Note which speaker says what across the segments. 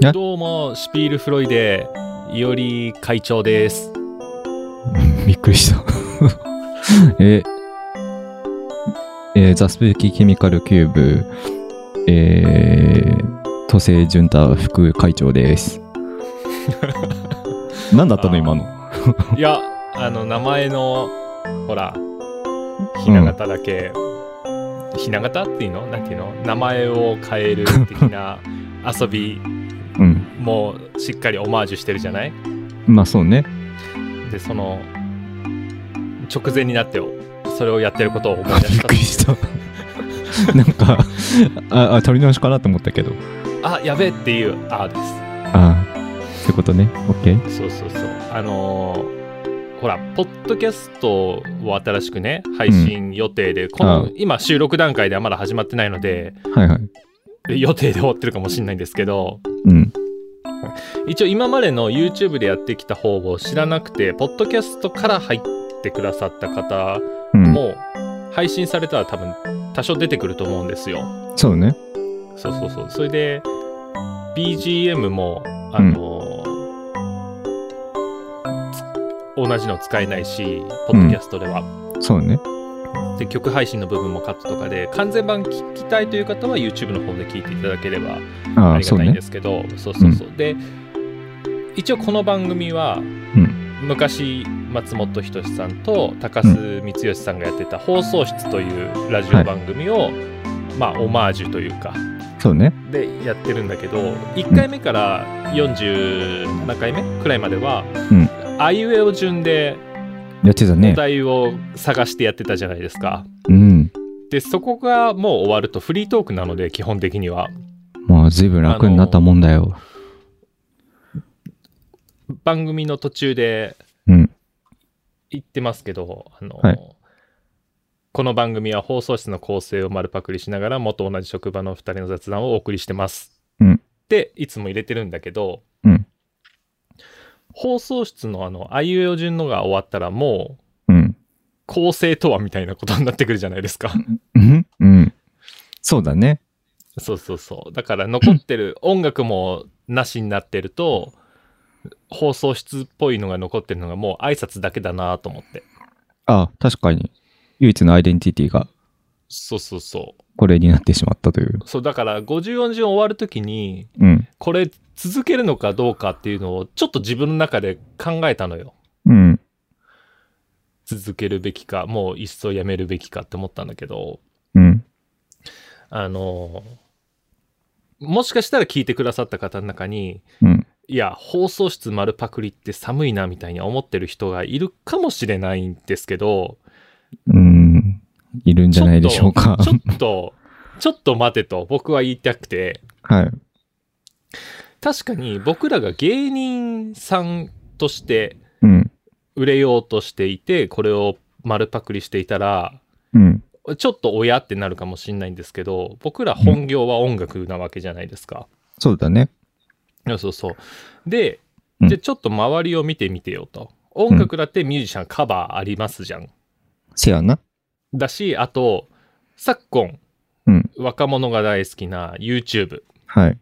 Speaker 1: ね
Speaker 2: どうも、シュピールフロイデ、いおり会長 です。
Speaker 1: びっくりした。 え、えーザ・スプーキー・ケミカル・キューブ、えー、都政潤太副会長です。 何だったの
Speaker 2: あー
Speaker 1: 今の。
Speaker 2: いや、あの、名前の、ほら、ひな形だけ、ひな形っていうのなんていうの名前を変える的な遊び
Speaker 1: うん。
Speaker 2: もしっかりオマージュしてるじゃない
Speaker 1: まあそうね。
Speaker 2: で、その、直前になってよそれをやってることを思い出
Speaker 1: びっ
Speaker 2: した
Speaker 1: くり した。なんか、あ、あ、取り直しかなと思ったけど。
Speaker 2: あ、やべえっていう、あーです。
Speaker 1: ああ、そういうことね。オッケー。
Speaker 2: そうそうそう。あのーほら、ポッドキャストを新しくね、配信予定で、こ
Speaker 1: ああ
Speaker 2: の、今収録段階ではまだ始まってないので、
Speaker 1: はいはい。
Speaker 2: 予定で終わってるかもしれないんですけど、
Speaker 1: うん。
Speaker 2: 一応今までの YouTube でやってきた方を知らなくて、ポッドキャストから入ってくださった方
Speaker 1: うん。
Speaker 2: も、配信されたら多分多少出てくると思うんですよ。
Speaker 1: そうね。
Speaker 2: そうそうそう。それで、BGM も、あのつ同じの使えないし、ポッドキャストでは。
Speaker 1: そうね。
Speaker 2: で、曲配信の部分もカットとかで、完全版聞きたいという方は YouTube の方で聞いていただければ
Speaker 1: あ
Speaker 2: あ
Speaker 1: あ、
Speaker 2: り
Speaker 1: そ
Speaker 2: が
Speaker 1: う
Speaker 2: たいん
Speaker 1: ね
Speaker 2: で。すけど、そうそうそう。で、一応この番組は、昔松本人志さんと高須光義さんがやってた「放送室」というラジオ番組を、まあオマージュというか
Speaker 1: そうね。
Speaker 2: でやってるんだけど1回目から40何回目くらいまでは、
Speaker 1: うん
Speaker 2: あいうえお順で
Speaker 1: やってた
Speaker 2: お
Speaker 1: ね。
Speaker 2: 題を探してやってたじゃないですか。
Speaker 1: うん。
Speaker 2: でそこがもう終わるとフリートークなので基本的には
Speaker 1: まあ、ずいぶん楽になったもんだよ。
Speaker 2: 番組の途中で
Speaker 1: うん。
Speaker 2: 言ってますけどあの、
Speaker 1: はい
Speaker 2: この番組は放送室の構成を丸パクリしながら元同じ職場の2人の雑談をお送りしてます、
Speaker 1: うん
Speaker 2: っていつも入れてるんだけど、
Speaker 1: うん
Speaker 2: 放送室のあのあいうえお順のが終わったらもう
Speaker 1: うん。
Speaker 2: 構成とはみたいなことになってくるじゃないですか
Speaker 1: うん。うん。そうだね。
Speaker 2: そうそうそうだから残ってる音楽もなしになってると放送室っぽいのが残ってるのがもう挨拶だけだなと思って
Speaker 1: ああ、確かに。唯一のアイデンティティが
Speaker 2: そうそうそう
Speaker 1: これになってしまったという。
Speaker 2: そうだから54順終わるときに
Speaker 1: うん。
Speaker 2: これ続けるのかどうかっていうのをちょっと自分の中で考えたのよ
Speaker 1: うん。
Speaker 2: 続けるべきかもういっそやめるべきかって思ったんだけど
Speaker 1: うん。
Speaker 2: あのもしかしたら聞いてくださった方の中に
Speaker 1: うん。
Speaker 2: いや放送室丸パクリって寒いなみたいに思ってる人がいるかもしれないんですけど
Speaker 1: うん。いるんじゃないでしょうか。
Speaker 2: ちょっとちょっと待てと僕は言いたくて
Speaker 1: はい。
Speaker 2: 確かに僕らが芸人さんとして
Speaker 1: うん。
Speaker 2: 売れようとしていてこれを丸パクリしていたら
Speaker 1: うん。
Speaker 2: ちょっと親ってなるかもしれないんですけど僕ら本業は音楽なわけじゃないですか。
Speaker 1: そうだね。
Speaker 2: いやそうそうで
Speaker 1: うん
Speaker 2: じゃあちょっと周りを見てみてよと。音楽だってミュージシャンカバーありますじゃん。
Speaker 1: せやな。
Speaker 2: だしあと昨今
Speaker 1: うん。
Speaker 2: 若者が大好きな YouTube。
Speaker 1: はい。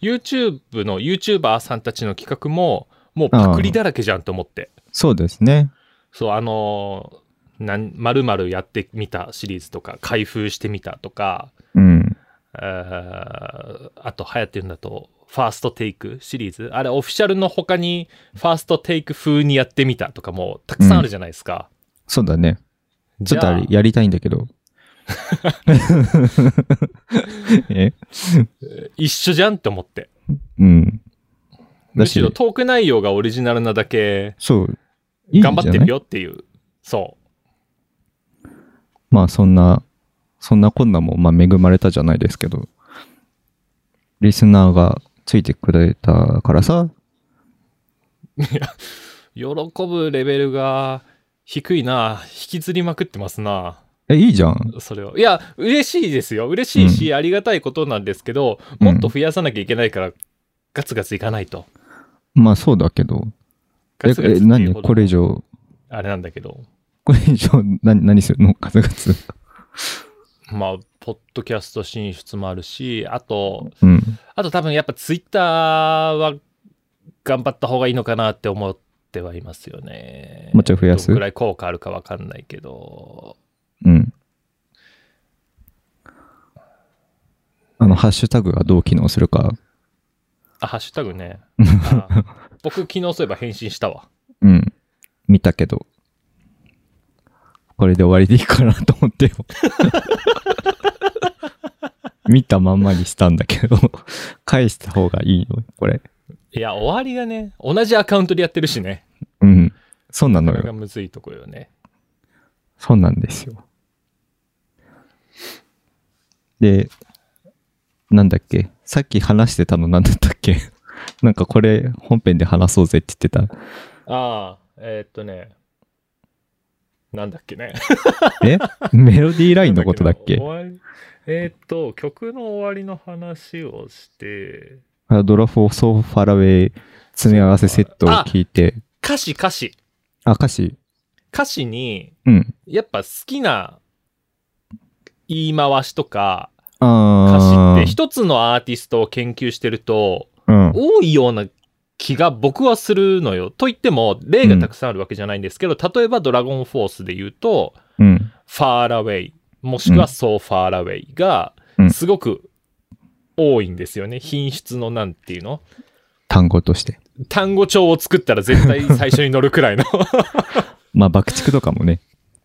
Speaker 2: YouTube の YouTuber さんたちの企画ももうパクリだらけじゃんと思って。
Speaker 1: そうですね。
Speaker 2: そう、あのーなん、まるまるやってみたシリーズとか、開封してみたとか、
Speaker 1: うん。
Speaker 2: あーあと流行ってるんだと、ファーストテイクシリーズあれ、オフィシャルの他に、ファーストテイク風にやってみたとかも、たくさんあるじゃないですか。
Speaker 1: そうだね。ち
Speaker 2: じ
Speaker 1: ょっ
Speaker 2: ゃ
Speaker 1: と
Speaker 2: あ
Speaker 1: あれやりたいんだけど。 え
Speaker 2: 一緒じゃんって思って。
Speaker 1: うん。
Speaker 2: むしろトーク内容がオリジナルなだけ、
Speaker 1: そう。いいんじゃ
Speaker 2: 頑
Speaker 1: ない
Speaker 2: 張ってるよっていう。そう。
Speaker 1: まあそんな、そんなこんなも、まあ恵まれたじゃないですけど、リスナーがついてくれたからさ、
Speaker 2: 喜ぶレベルが低いな。引きずりまくってますな。
Speaker 1: え、いいじゃん。
Speaker 2: それをいや嬉しいですよ嬉しいし、ありがたいことなんですけどもっと増やさなきゃいけないから、ガツガツいかないと
Speaker 1: まあそうだけど、え
Speaker 2: ガ、ツガツ
Speaker 1: え
Speaker 2: っていう
Speaker 1: 何
Speaker 2: ほど
Speaker 1: これ以上、
Speaker 2: あれなんだけど
Speaker 1: これ以上、何、何するのガツガツ。
Speaker 2: まあポッポッドキャスト進出もあるし、あと、
Speaker 1: うん。
Speaker 2: あと多分やっぱツイッターは頑張った方がいいのかなって思ってはいますよね。
Speaker 1: もうちょい増やす
Speaker 2: どんくらい効果あるかわかんないけど。
Speaker 1: うん。あの、ハッシュタグがどう機能するか。
Speaker 2: あ、ハッシュタグ ね。あ僕昨日そういえば返信したわ。
Speaker 1: うん。見たけど。これで終わりでいいかなと思って よ。見たまんまにしたんだけど、返した方がいいのこれ。
Speaker 2: いや、終わりがね、同じアカウントでやってるしね。
Speaker 1: うん。そうなの
Speaker 2: これが
Speaker 1: よ。
Speaker 2: むずいとこよね。
Speaker 1: そうなんですよ。で、なんだっけさっき話してたのなんだったっけ なんかこれ本編で話そうぜって言ってた。
Speaker 2: ああ、えーっとね。なんだっけ ね。
Speaker 1: えメロディーラインのことだっ け
Speaker 2: 終わりえーっと、曲の終わりの話をして、
Speaker 1: あドラフォーソーファラウェイ詰め合わせセットを聞いて、
Speaker 2: 歌詞歌詞。
Speaker 1: あ、歌詞、
Speaker 2: 歌詞に、
Speaker 1: うん。
Speaker 2: やっぱ好きな言い回しとか、歌詞
Speaker 1: あ
Speaker 2: っ
Speaker 1: ー
Speaker 2: て一つのアーティストを研究してると、
Speaker 1: うん。
Speaker 2: 多いような気が僕はするのよ。と言っても、例がたくさんあるわけじゃないんですけど、例えばドラゴンフォースで言うと、
Speaker 1: うん。
Speaker 2: ファーラウェイ、もしく
Speaker 1: う
Speaker 2: は
Speaker 1: ん
Speaker 2: ソーファーラウェイが
Speaker 1: うん、
Speaker 2: すごく多いんですよね。品質のなんていうの
Speaker 1: 単語として。
Speaker 2: 単語帳を作ったら絶対最初に乗るくらい の。
Speaker 1: まあ、爆竹とかもね、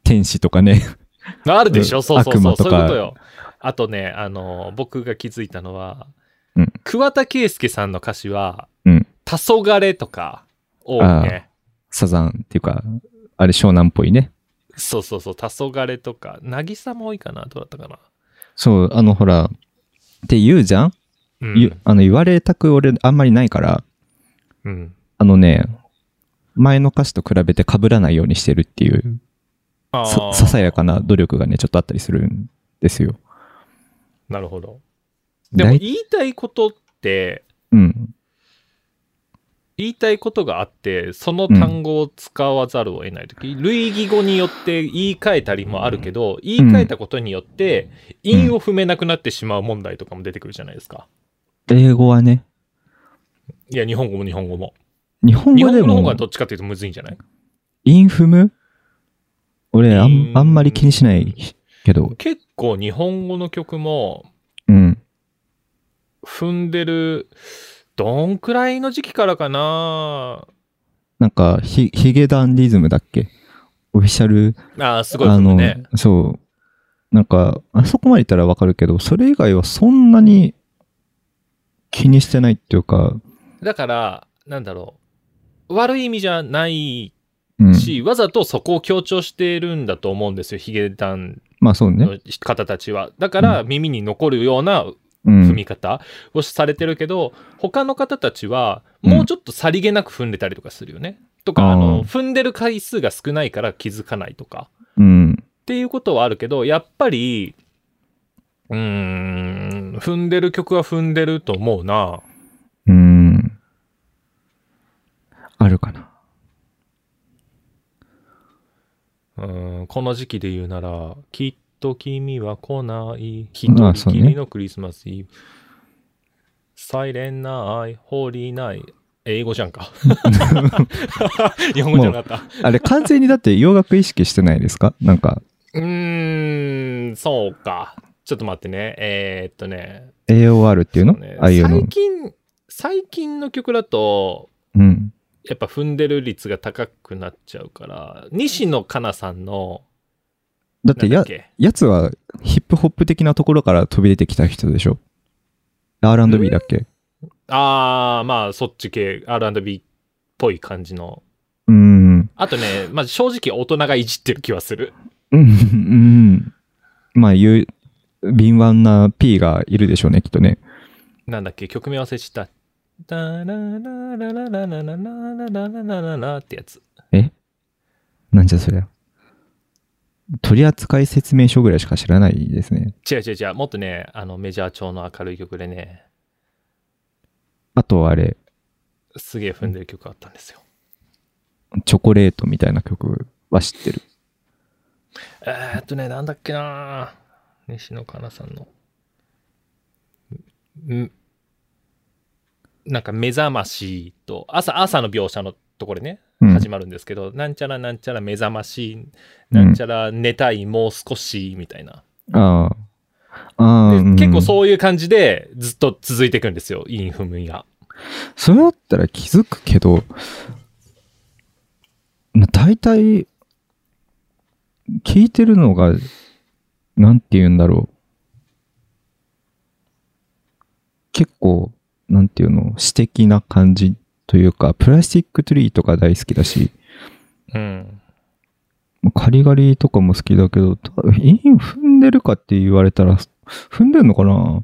Speaker 1: 天使とかね。
Speaker 2: あるでし
Speaker 1: う
Speaker 2: ょ
Speaker 1: ん
Speaker 2: そうそう
Speaker 1: 悪
Speaker 2: そう。
Speaker 1: 魔と
Speaker 2: そ
Speaker 1: か
Speaker 2: ういうことよ。あとね、あの、僕が気づいたのは、
Speaker 1: うん
Speaker 2: 桑田佳祐さんの歌詞は、
Speaker 1: うん
Speaker 2: 黄昏とか多いね。
Speaker 1: サザンっていうか、あれ湘南っぽいね。
Speaker 2: そうそうそう、黄昏とか、渚も多いかな、どうだったかな。
Speaker 1: そう、あの、ほら、って言うじゃん、
Speaker 2: うん
Speaker 1: ゆあの言われたく俺あんまりないから、
Speaker 2: うん
Speaker 1: あのね、前の歌詞と比べて被らないようにしてるっていう、
Speaker 2: あ
Speaker 1: さ
Speaker 2: ー
Speaker 1: ささやかな努力がね、ちょっとあったりするんですよ。
Speaker 2: なるほど。でも
Speaker 1: 大
Speaker 2: 言いたいことって、
Speaker 1: うん。
Speaker 2: 言いたいことがあって、その単語を使わざるを得ないとき、類義語によって言い換えたりもあるけど、言い換えたことによって、韻を踏めなくなってしまう問題とかも出てくるじゃないですか。
Speaker 1: 英語はね、
Speaker 2: いや、日本語も日本語も。
Speaker 1: 日本
Speaker 2: 日
Speaker 1: 語
Speaker 2: 本
Speaker 1: で
Speaker 2: 語の方
Speaker 1: も
Speaker 2: がどっちかというとむずいんじゃない
Speaker 1: インフム俺あ
Speaker 2: イン
Speaker 1: ん、あんまり気にしないけど。
Speaker 2: 結構日本語の曲も、
Speaker 1: うん。
Speaker 2: 踏んでる、どんくらいの時期からかな
Speaker 1: なんか、ひ、ヒゲダンディズムだっけオフィシャル、
Speaker 2: ああ、すごい
Speaker 1: あ
Speaker 2: 踏む
Speaker 1: の
Speaker 2: ね。、
Speaker 1: そう。なんか、あそこまでいったらわかるけど、それ以外はそんなに気にしてないっていうか、
Speaker 2: だから、なんだろう。悪い意味じゃない
Speaker 1: うん。
Speaker 2: し、わざとそこを強調しているんだと思うんですよ、ヒゲダン
Speaker 1: まあそうね。
Speaker 2: の方たちは。だから、耳に残るような
Speaker 1: う
Speaker 2: 踏
Speaker 1: ん。
Speaker 2: み方をされてるけど、他の方たちは、
Speaker 1: うん
Speaker 2: もうちょっとさりげなく踏んでたりとかするよね。とか、
Speaker 1: あー
Speaker 2: あの、踏んでる回数が少ないから気づかないとか。
Speaker 1: うん。
Speaker 2: っていうことはあるけど、やっぱり、うーん、踏んでる曲は踏んでると思うな。
Speaker 1: うん。あるかな。
Speaker 2: うーん、この時期で言うなら、きっと君は来ない、一
Speaker 1: ま
Speaker 2: 人
Speaker 1: あそ
Speaker 2: き
Speaker 1: うね
Speaker 2: りのクリスマスイブ。サイレンな愛、ホーリーない。英語じゃん か。日本語じゃなかった。
Speaker 1: あれ、完全に だって洋楽意識してないですかなんか、
Speaker 2: うーん、そうか。ちょっと待ってね。えー、っとね。
Speaker 1: AOR っていうの
Speaker 2: そうね
Speaker 1: ああいうの
Speaker 2: 最。近、最近の曲だと、
Speaker 1: うん。
Speaker 2: やっぱ踏んでる率が高くなっちゃうから、西野カナさんの、
Speaker 1: だっ
Speaker 2: な
Speaker 1: て
Speaker 2: んだ
Speaker 1: や
Speaker 2: っ、け
Speaker 1: やつはヒップホップ的なところから飛び出てきた人でしょ ?R&B だっけ
Speaker 2: あー、まあ、そっち系、R&B っぽい感じの。
Speaker 1: うーん。
Speaker 2: あとね、まあ、正直大人がいじってる気はする。
Speaker 1: うん。うんまあ、言う、敏腕な P がいるでしょうね、きっとね。
Speaker 2: なんだっけ、曲名忘れした。ダララララララララララララララってやつ。
Speaker 1: なんじゃそりゃ。取扱説明書ぐらいしか知らないですね。
Speaker 2: 違う違う違う、もっとね、あの、メジャー調の明るい曲でね、
Speaker 1: あとあれ、
Speaker 2: すげえ踏んでる曲あったんですよ。
Speaker 1: チョコレートみたいな曲は知ってる。
Speaker 2: えーっとね、なんだっけな西野カナさんの。んなんか目覚ましと朝朝の描写のところでね
Speaker 1: うん
Speaker 2: 始まるんですけど、なんちゃらなんちゃら目覚ましいなんちゃら寝たいもう少しみたいな、
Speaker 1: ああ。ああ、
Speaker 2: で結構
Speaker 1: うん。
Speaker 2: そういう感じでずっと続いていくんですよインフムや
Speaker 1: それだったら気づくけど、まあ大体、聞いてるのが、なんて言うんだろう。結構、なんていうの、詩的な感じというか、プラスチックトゥリーとか大好きだし、
Speaker 2: うん
Speaker 1: カリガリとかも好きだけど、たイン踏んでるかって言われたら、踏んでんのかな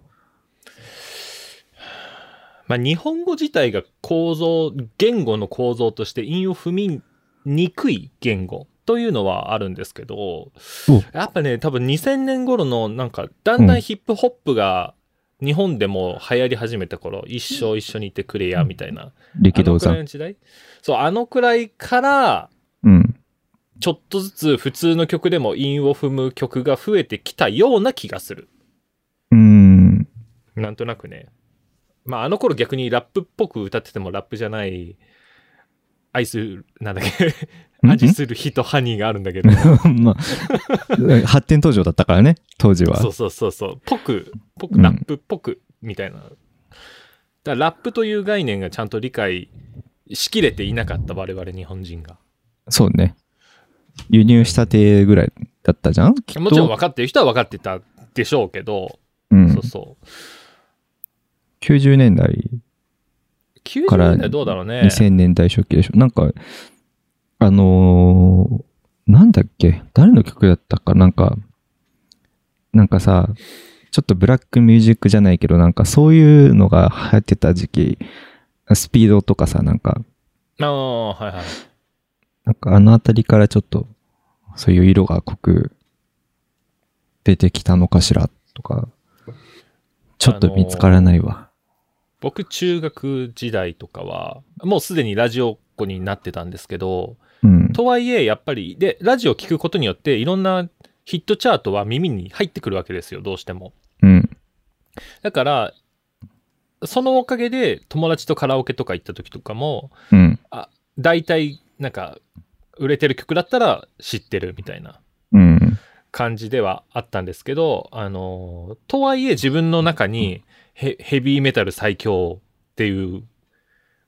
Speaker 2: まあ日本語自体が構造言語の構造として韻を踏みにくい言語というのはあるんですけど
Speaker 1: お
Speaker 2: やっぱね多分2000年頃のなんかだんだんヒップホップが日本でも流行り始めた頃、一生一緒にいてくれやみたいな
Speaker 1: 力
Speaker 2: あ
Speaker 1: 道
Speaker 2: のくらい
Speaker 1: 山。
Speaker 2: の時代そうあのくらいから
Speaker 1: うん。
Speaker 2: ちょっとずつ普通の曲でも韻を踏む曲が増えてきたような気がする
Speaker 1: うん。
Speaker 2: なんとなくねまああの頃逆にラップっぽく歌っててもラップじゃない愛するなんだっけ
Speaker 1: ん
Speaker 2: 味する火とハニーがあるんだけど
Speaker 1: まあ、発展途上だったからね、当時は
Speaker 2: そ。うそうそうそうぽくぽくラップっぽくみたいな、だからラップという概念がちゃんと理解しきれていなかった我々日本人が
Speaker 1: そうね。輸入したてぐらいだったじゃんきっと。
Speaker 2: もちろん分かってる人は分かってたでしょうけど、
Speaker 1: うん
Speaker 2: そうそう。
Speaker 1: 90年代、か
Speaker 2: 90
Speaker 1: ら
Speaker 2: 年代どうだろうね。
Speaker 1: 2000年代初期でしょ。なんか、あのーなんだっけ誰の曲だったかなんか、なんかさ、ちょっとブラックミュージックじゃないけど、なんかそういうのが流行ってた時期、スピードとかさ、なんか、
Speaker 2: ああ、はいはい。
Speaker 1: なんかあの辺りからちょっと、そういう色が濃く出てきたのかしらとか、ちょっと見つからないわ。
Speaker 2: 僕、中学時代とかは、もうすでにラジオっ子になってたんですけど、
Speaker 1: うん。
Speaker 2: とはいえ、やっぱり、で、ラジオ聞くことによって、いろんなヒットチャートは耳に入ってくるわけですよ、どうしても。
Speaker 1: うん。
Speaker 2: だから、そのおかげで、友達とカラオケとか行った時とかも、
Speaker 1: うん。
Speaker 2: 大体、なんか、売れてる曲だったら知ってるみたいな。
Speaker 1: うん。
Speaker 2: 感じではあったんですけど、あのとはいえ自分の中にヘヘビーメタル最強っていう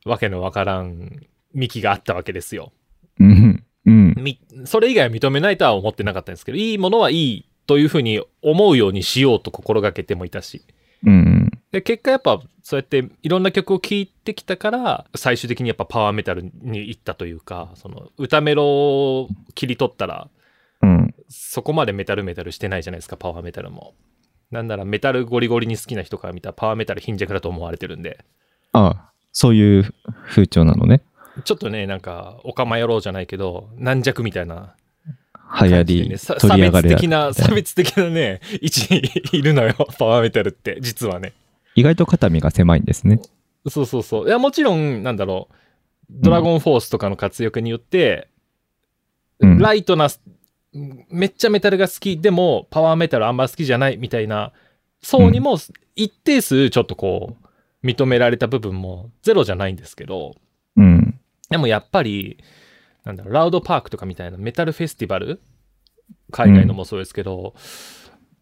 Speaker 2: わけのわからん幹があったわけですよ。
Speaker 1: うん。うん。
Speaker 2: みそれ以外は認めないとは思ってなかったんですけど、いいものはいいというふうに思うようにしようと心がけてもいたし。
Speaker 1: うん。
Speaker 2: で、結果やっぱそうやっていろんな曲を聴いてきたから、最終的にやっぱパワーメタルに行ったというか、その歌メロを切り取ったら、
Speaker 1: うん。
Speaker 2: そこまでメタルメタルしてないじゃないですか、パワーメタルも。なんならメタルゴリゴリに好きな人から見たらパワーメタル貧弱だと思われてるんで、
Speaker 1: ああ、そういう風潮なのね。
Speaker 2: ちょっとね、なんか、おかま野郎じゃないけど、軟弱みたいな感じ
Speaker 1: 流行
Speaker 2: で
Speaker 1: り、
Speaker 2: ね、さ
Speaker 1: 取
Speaker 2: 差
Speaker 1: り上が
Speaker 2: 別
Speaker 1: り
Speaker 2: 的
Speaker 1: だ
Speaker 2: な、差別的なね、位置にいるのよ、パワーメタルって、実はね。
Speaker 1: 意外と肩身が狭いんですね。
Speaker 2: そうそうそう。いや、もちろん、なんだろう、ドラゴンフォースとかの活躍によって、
Speaker 1: うん
Speaker 2: ライトな、めっちゃメタルが好き、でもパワーメタルあんま好きじゃないみたいな層にも一定数ちょっとこう、認められた部分もゼロじゃないんですけど、
Speaker 1: うん。
Speaker 2: でもやっぱり、なんだろう、ラウドパークとかみたいなメタルフェスティバル海外のもそうですけど、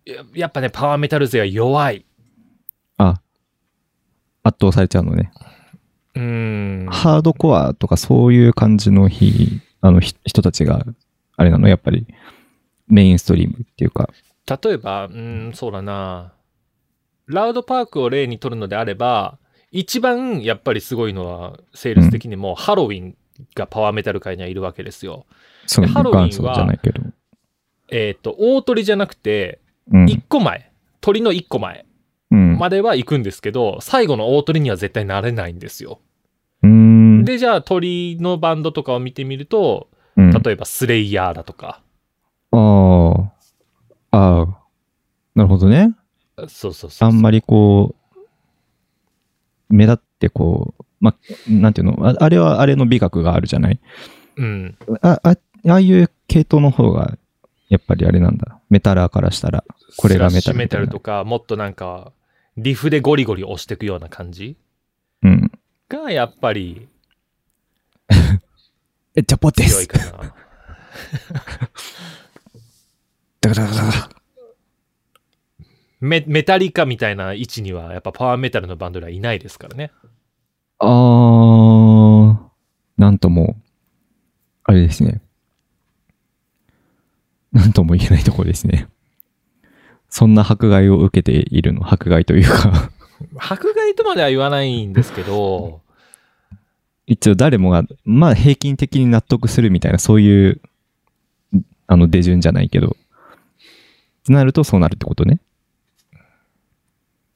Speaker 2: ややっぱね、パワーメタル勢は弱い。
Speaker 1: あ、圧倒されちゃうのね。
Speaker 2: うーん。
Speaker 1: ハードコアとかそういう感じの日、あのひ人たちが、あれなの、やっぱり、メインストリームっていうか。
Speaker 2: 例えば、うーん、そうだな。ラウドパークを例にとるのであれば、一番やっぱりすごいのは、セールス的にもハロウィンがパワーメタル界にはいるわけですよ。
Speaker 1: その
Speaker 2: ハロウィンは
Speaker 1: 元祖じゃないけど。
Speaker 2: えっ、と、大鳥じゃなくて、
Speaker 1: うん。
Speaker 2: 1個前、鳥の1個前
Speaker 1: うん。
Speaker 2: までは行くんですけど、最後の大鳥には絶対なれないんですよ。
Speaker 1: うーん、
Speaker 2: で、じゃあ鳥のバンドとかを見てみると、
Speaker 1: うん、
Speaker 2: 例えばスレイヤーだとか、
Speaker 1: ああ。ああ。なるほどね。
Speaker 2: そうそうそ
Speaker 1: あ
Speaker 2: う。
Speaker 1: んまりこう、目立ってこう、ま、なんていうのああれはあれの美学があるじゃない
Speaker 2: うん。
Speaker 1: あ、あああいう系統の方が、やっぱりあれなんだ。メタラーからしたら。これがメタルみたいな
Speaker 2: スラッシュメタルとか、もっとなんか、リフでゴリゴリ押していくような感じ
Speaker 1: うん。
Speaker 2: が、やっぱり
Speaker 1: え、ジャポで
Speaker 2: 強い
Speaker 1: す
Speaker 2: かな。
Speaker 1: だからだからだから
Speaker 2: メメタリカみたいな位置には、やっぱパワーメタルのバンドではいないですからね。
Speaker 1: あー、なんとも、あれですね。なんとも言えないところですね。そんな迫害を受けているの、迫害というか、
Speaker 2: 迫害とまでは言わないんですけど、
Speaker 1: 一応誰もが、まあ平均的に納得するみたいな、そういう、あの、出順じゃないけど、ってなるとそうなるってことね。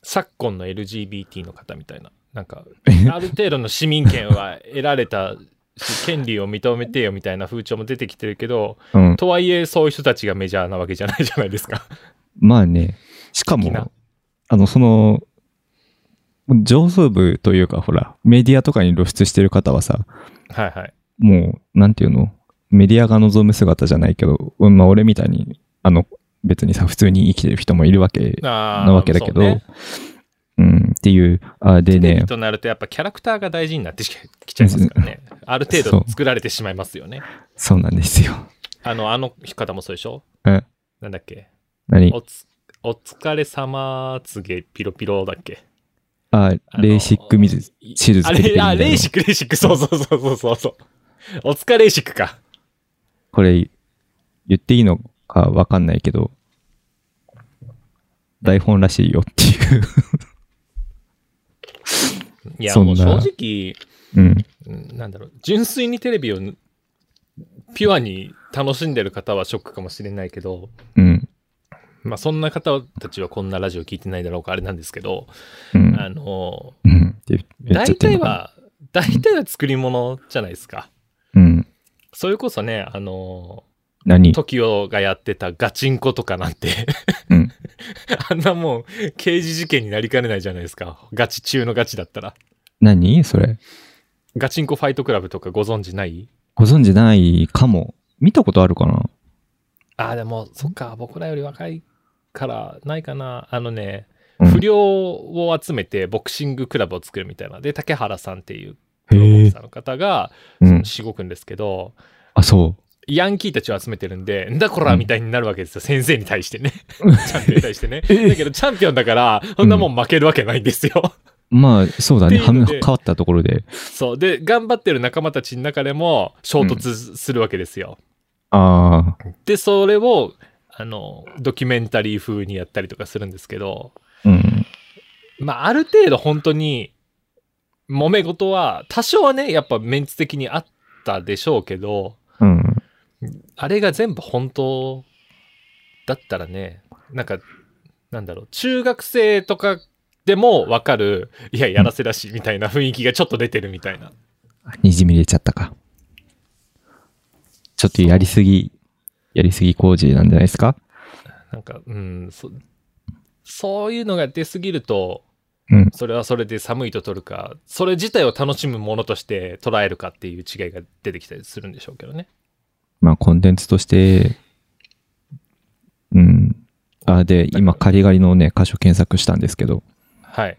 Speaker 2: 昨今の LGBT の方みたいな、なんか、ある程度の市民権は得られたし、権利を認めてよみたいな風潮も出てきてるけど、
Speaker 1: うん。
Speaker 2: とはいえそういう人たちがメジャーなわけじゃないじゃないです か。
Speaker 1: まあね、しか
Speaker 2: 好きな
Speaker 1: も、あの、その、上層部というか、ほら、メディアとかに露出してる方はさ、
Speaker 2: はいはい。
Speaker 1: もう、なんていうのメディアが望む姿じゃないけど、うんまあ俺みたいに、あの、別にさ、普通に生きてる人もいるわけ
Speaker 2: な
Speaker 1: なわけだけど、う
Speaker 2: ね、
Speaker 1: ん、っていう、あで
Speaker 2: テレ
Speaker 1: ね
Speaker 2: ビ、となるとやっぱキャラクターが大事になってききちゃいますからね。ある程
Speaker 1: そう
Speaker 2: 度作られてしまいますよね。
Speaker 1: そうなんですよ。
Speaker 2: あの、あの方もそうでしょ
Speaker 1: うん
Speaker 2: なんだっけ
Speaker 1: 何
Speaker 2: おつお疲れ様告げピロピロだっけ
Speaker 1: あ、
Speaker 2: あの
Speaker 1: レーシックミズ、手術
Speaker 2: あ
Speaker 1: テレビみ
Speaker 2: れ、
Speaker 1: た
Speaker 2: あ、
Speaker 1: いな
Speaker 2: レ
Speaker 1: の
Speaker 2: ーシック、レーシック、そうそうそうそうそうそう。お疲れーシックか。
Speaker 1: これ、言っていいのかわかんないけど、台本らしいよっていう。
Speaker 2: いや、
Speaker 1: そん
Speaker 2: もう
Speaker 1: な
Speaker 2: 正
Speaker 1: うん。
Speaker 2: 直、うんなんだろう、純粋にテレビをピュアに楽しんでる方はショックかもしれないけど、
Speaker 1: うん。
Speaker 2: まあそんな方たちはこんなラジオ聞いてないだろうからあれなんですけど、
Speaker 1: うん。
Speaker 2: あの、
Speaker 1: うん。って言っち
Speaker 2: 大
Speaker 1: ゃってん
Speaker 2: 体
Speaker 1: のかな
Speaker 2: は、大体は作り物じゃないですか。
Speaker 1: うん。
Speaker 2: それこそね、あの、
Speaker 1: 何
Speaker 2: TOKIO がやってたガチンコとかなんて、
Speaker 1: うん。
Speaker 2: あんなもう刑事事件になりかねないじゃないですか。ガチ中のガチだったら。
Speaker 1: 何それ。
Speaker 2: ガチンコファイトクラブとかご存知ない
Speaker 1: ご存知ないかも。見たことあるかな
Speaker 2: ああ、でも、そっか、僕らより若いから、ないかな。あのね、
Speaker 1: うん
Speaker 2: 不良を集めてボクシングクラブを作るみたいな。で、竹原さんっていうプロボク
Speaker 1: へえ
Speaker 2: サ。ーの方が、
Speaker 1: うん。
Speaker 2: しごくんですけど、
Speaker 1: あ、そ
Speaker 2: ヤンキーたちを集めてるんで、んだこらみたいになるわけですよ、先生に対 してね。チャンピオンに対してね。
Speaker 1: ええ
Speaker 2: だけど、チャンピオンだから、そんなもん負けるわけないんですよ。
Speaker 1: う。まあ、そうだね。
Speaker 2: ってい
Speaker 1: は
Speaker 2: うの
Speaker 1: め
Speaker 2: で
Speaker 1: 変わったところで。
Speaker 2: そう。で、頑張ってる仲間たちの中でも衝突するわけですよ。
Speaker 1: ああ。
Speaker 2: で、それを、あの、ドキュメンタリー風にやったりとかするんですけど、
Speaker 1: うん。
Speaker 2: まあ、ある程度本当に、揉め事は、多少はね、やっぱメンツ的にあったでしょうけど、
Speaker 1: うん。
Speaker 2: あれが全部本当だったらね、なんか、なんだろう、中学生とかでもわかる、いや、やらせだし、みたいな雰囲気がちょっと出てるみたいな。
Speaker 1: にじみ出ちゃったか。ちょっとやりすぎ、やりすぎ工事なんじゃないですか
Speaker 2: なんか、うん、そそういうのが出すぎると、
Speaker 1: うん
Speaker 2: それはそれで寒いと取るか、それ自体を楽しむものとして捉えるかっていう違いが出てきたりするんでしょうけどね。
Speaker 1: まあ、コンテンツとして、うん。あ、で、今、カリガリのね、箇所検索したんですけど、
Speaker 2: はい。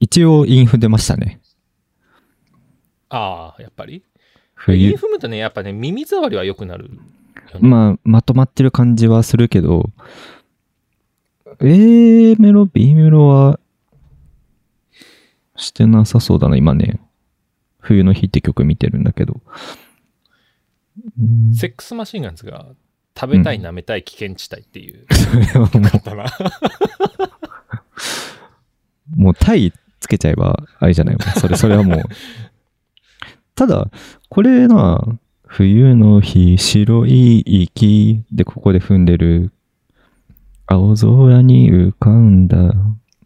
Speaker 1: 一応、インフ出ましたね。
Speaker 2: ああ、やっぱり。イン
Speaker 1: 冬。
Speaker 2: フムとね、やっぱね、耳障りは良くなるよね、
Speaker 1: まあ、まとまってる感じはするけど、A メロ、B メロは、してなさそうだな、今ね。冬の日って曲見てるんだけど。うん
Speaker 2: セックスマシンガンズが食べたい、
Speaker 1: うん
Speaker 2: 舐めたい、危険地帯っていう。方な
Speaker 1: もうタイつけちゃえば、あれじゃないもん。それ、そ れはもう。ただ、これな、冬の日、白い息で、ここで踏んでる、青空に浮かんだ、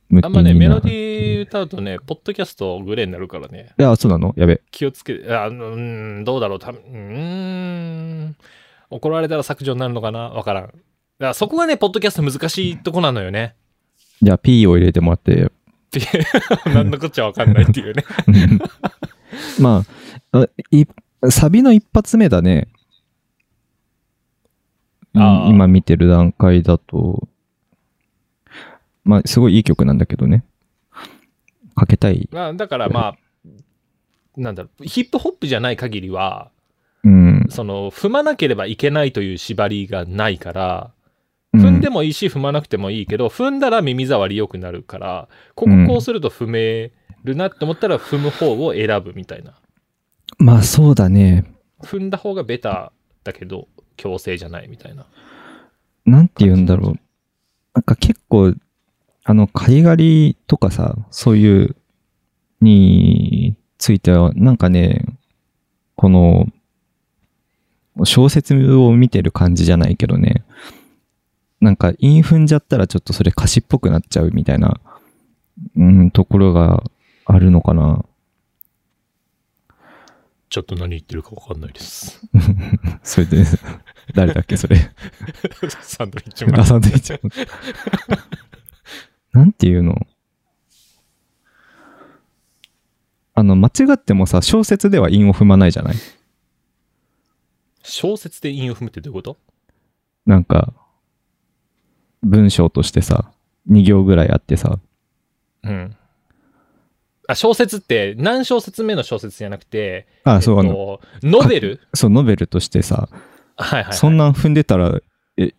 Speaker 1: 無
Speaker 2: あんまね、メロデ
Speaker 1: ー
Speaker 2: ィー歌うとね、ポッドキャストグレーになるからね、
Speaker 1: いや、そうなのやべ。
Speaker 2: 気をつけて、あのうーん、どうだろう、たうーん、怒られたら削除になるのかなわからん。だからそこがね、ポッドキャスト難しいとこなのよ ね。
Speaker 1: じゃあ、P を入れてもらって。
Speaker 2: っていう何のこっちゃわかんないっていうね。
Speaker 1: まあ、あいサビの一発目だね。
Speaker 2: あー
Speaker 1: 今見てる段階だと、まあ、すごいいい曲なんだけどね。かけたい。
Speaker 2: まあ、だからまあ、なんだろう、ヒップホップじゃない限りは、
Speaker 1: うん。
Speaker 2: その、踏まなければいけないという縛りがないから、
Speaker 1: う
Speaker 2: 踏んでもいいし、踏まなくてもいいけど、踏んだら耳障り良くなるから、こここうすると踏めるなって思ったら、踏む方を選ぶみたいな。
Speaker 1: まあ、そうだね。
Speaker 2: 踏んだ方がベターだけど、強制じゃないみたいな。
Speaker 1: なんて言うんだろう。なんか結構、あの、カリガリとかさ、そういう、については、なんかね、この、小説を見てる感じじゃないけどね、なんか、韻踏んじゃったらちょっとそれ歌詞っぽくなっちゃうみたいな、うん、ところがあるのかな。
Speaker 2: ちょっと何言ってるかわかんないです。
Speaker 1: それで、 誰だっけ、それ。
Speaker 2: サンドイッチマン
Speaker 1: 出。さないちゃう。なんていうのあの、間違ってもさ、小説では韻を踏まないじゃない
Speaker 2: 小説で韻を踏むってどういうこと
Speaker 1: なんか、文章としてさ、2行ぐらいあってさ、
Speaker 2: うん。あ、小説って、何小説目の小説じゃなくて、
Speaker 1: あ、そう、あ
Speaker 2: えっ
Speaker 1: の、
Speaker 2: と、ノベル
Speaker 1: そう、ノベルとしてさ、
Speaker 2: はいはい、 はい。
Speaker 1: そんなん踏んでたら、え、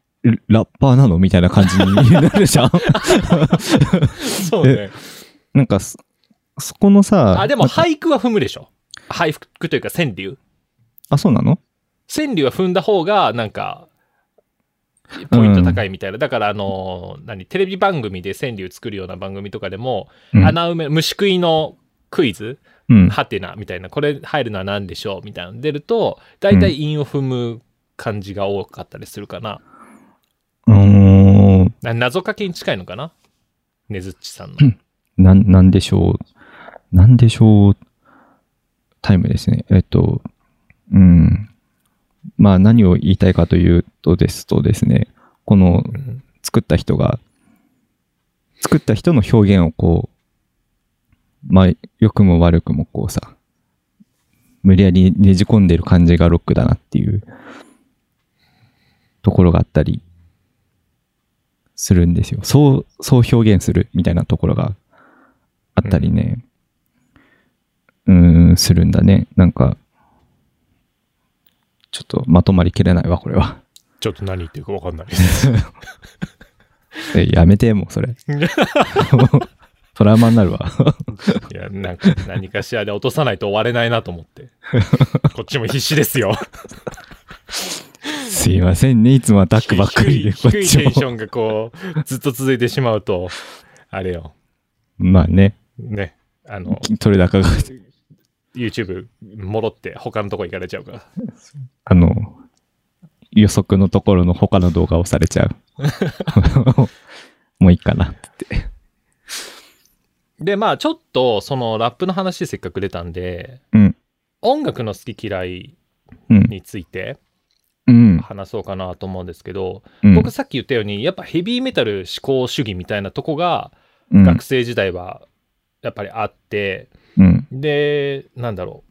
Speaker 1: ラッパーなのみたいな感じになるじゃん
Speaker 2: そうね。
Speaker 1: なんかそ、そこのさ、
Speaker 2: あ、でも
Speaker 1: なんか
Speaker 2: 俳句は踏むでしょ。俳句というか川柳。
Speaker 1: あ、そうなの
Speaker 2: 川柳は踏んだ方が、なんか、ポイント高いみたいな。だから、あのー、何、テレビ番組で川柳作るような番組とかでも、
Speaker 1: うん
Speaker 2: 穴埋め、虫食いのクイズ、
Speaker 1: うん。
Speaker 2: ハテナみたいな、これ入るのは何でしょうみたいなの出ると、大体韻を踏む感じが多かったりするかな。
Speaker 1: うーん。
Speaker 2: な謎かけに近いのかなねずっちさんの。
Speaker 1: なん、なんでしょう。なんでしょう。タイムですね。えっと、うん。まあ何を言いたいかというとですとですね、この
Speaker 2: うん
Speaker 1: 作った人が、作った人の表現をこう、まあ良くも悪くもこうさ、無理やりねじ込んでる感じがロックだなっていうところがあったりするんですよ。そう、そう表現するみたいなところがあったりね、うーん、するんだね。なんか、ちょっとまとまりきれないわ、これは。
Speaker 2: ちょっと何言ってるか分かんないです。
Speaker 1: えやめて、もうそれ。トラウマになるわ。
Speaker 2: いや、なんか何かしらで落とさないと終われないなと思 って。こっちも必死ですよ。
Speaker 1: すいませんね、いつもアタックばっかりで、こ
Speaker 2: 低
Speaker 1: っ
Speaker 2: い低い
Speaker 1: ち
Speaker 2: テンシ
Speaker 1: も。
Speaker 2: ョンがこう、ずっと続いてしまうと、あれよ、
Speaker 1: まあね、
Speaker 2: ね、あの、
Speaker 1: 取れ高が、
Speaker 2: YouTube 戻って他のとこ行かれちゃうから。
Speaker 1: あの、予測のところの他の動画をされちゃう。 もういいかなって。
Speaker 2: で、まあちょっと、そのラップの話せっかく出たんで、
Speaker 1: うん、
Speaker 2: 音楽の好き嫌い
Speaker 1: うん、
Speaker 2: について
Speaker 1: うん、
Speaker 2: 話そうかなと思うんですけど、
Speaker 1: うん。
Speaker 2: 僕さっき言ったようにやっぱヘビーメタル思考主義みたいなとこが
Speaker 1: うん、
Speaker 2: 学生時代はやっぱりあって、
Speaker 1: うん、
Speaker 2: でなんだろ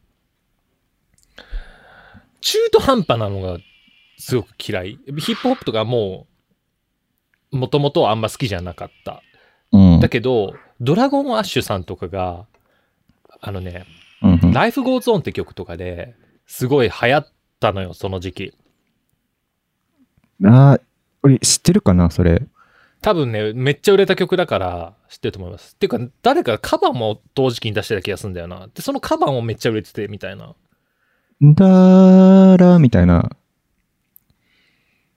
Speaker 2: う中途半端なのがすごく嫌いヒップホップとかもうもともとあんま好きじゃなかった
Speaker 1: うん、
Speaker 2: だけどドラゴンアッシュさんとかがあのね
Speaker 1: う
Speaker 2: 「
Speaker 1: ん
Speaker 2: Life Goes On」って曲とかですごい流行ったのよその時期
Speaker 1: うん。あー、俺知ってるかな、それ。
Speaker 2: 多分ね、めっちゃ売れた曲だから知ってると思います。っていうか、誰かカバーも同時期に出してた気がするんだよな。で、そのカバーもめっちゃ売れてて、みたいな。
Speaker 1: だーらーみたいな、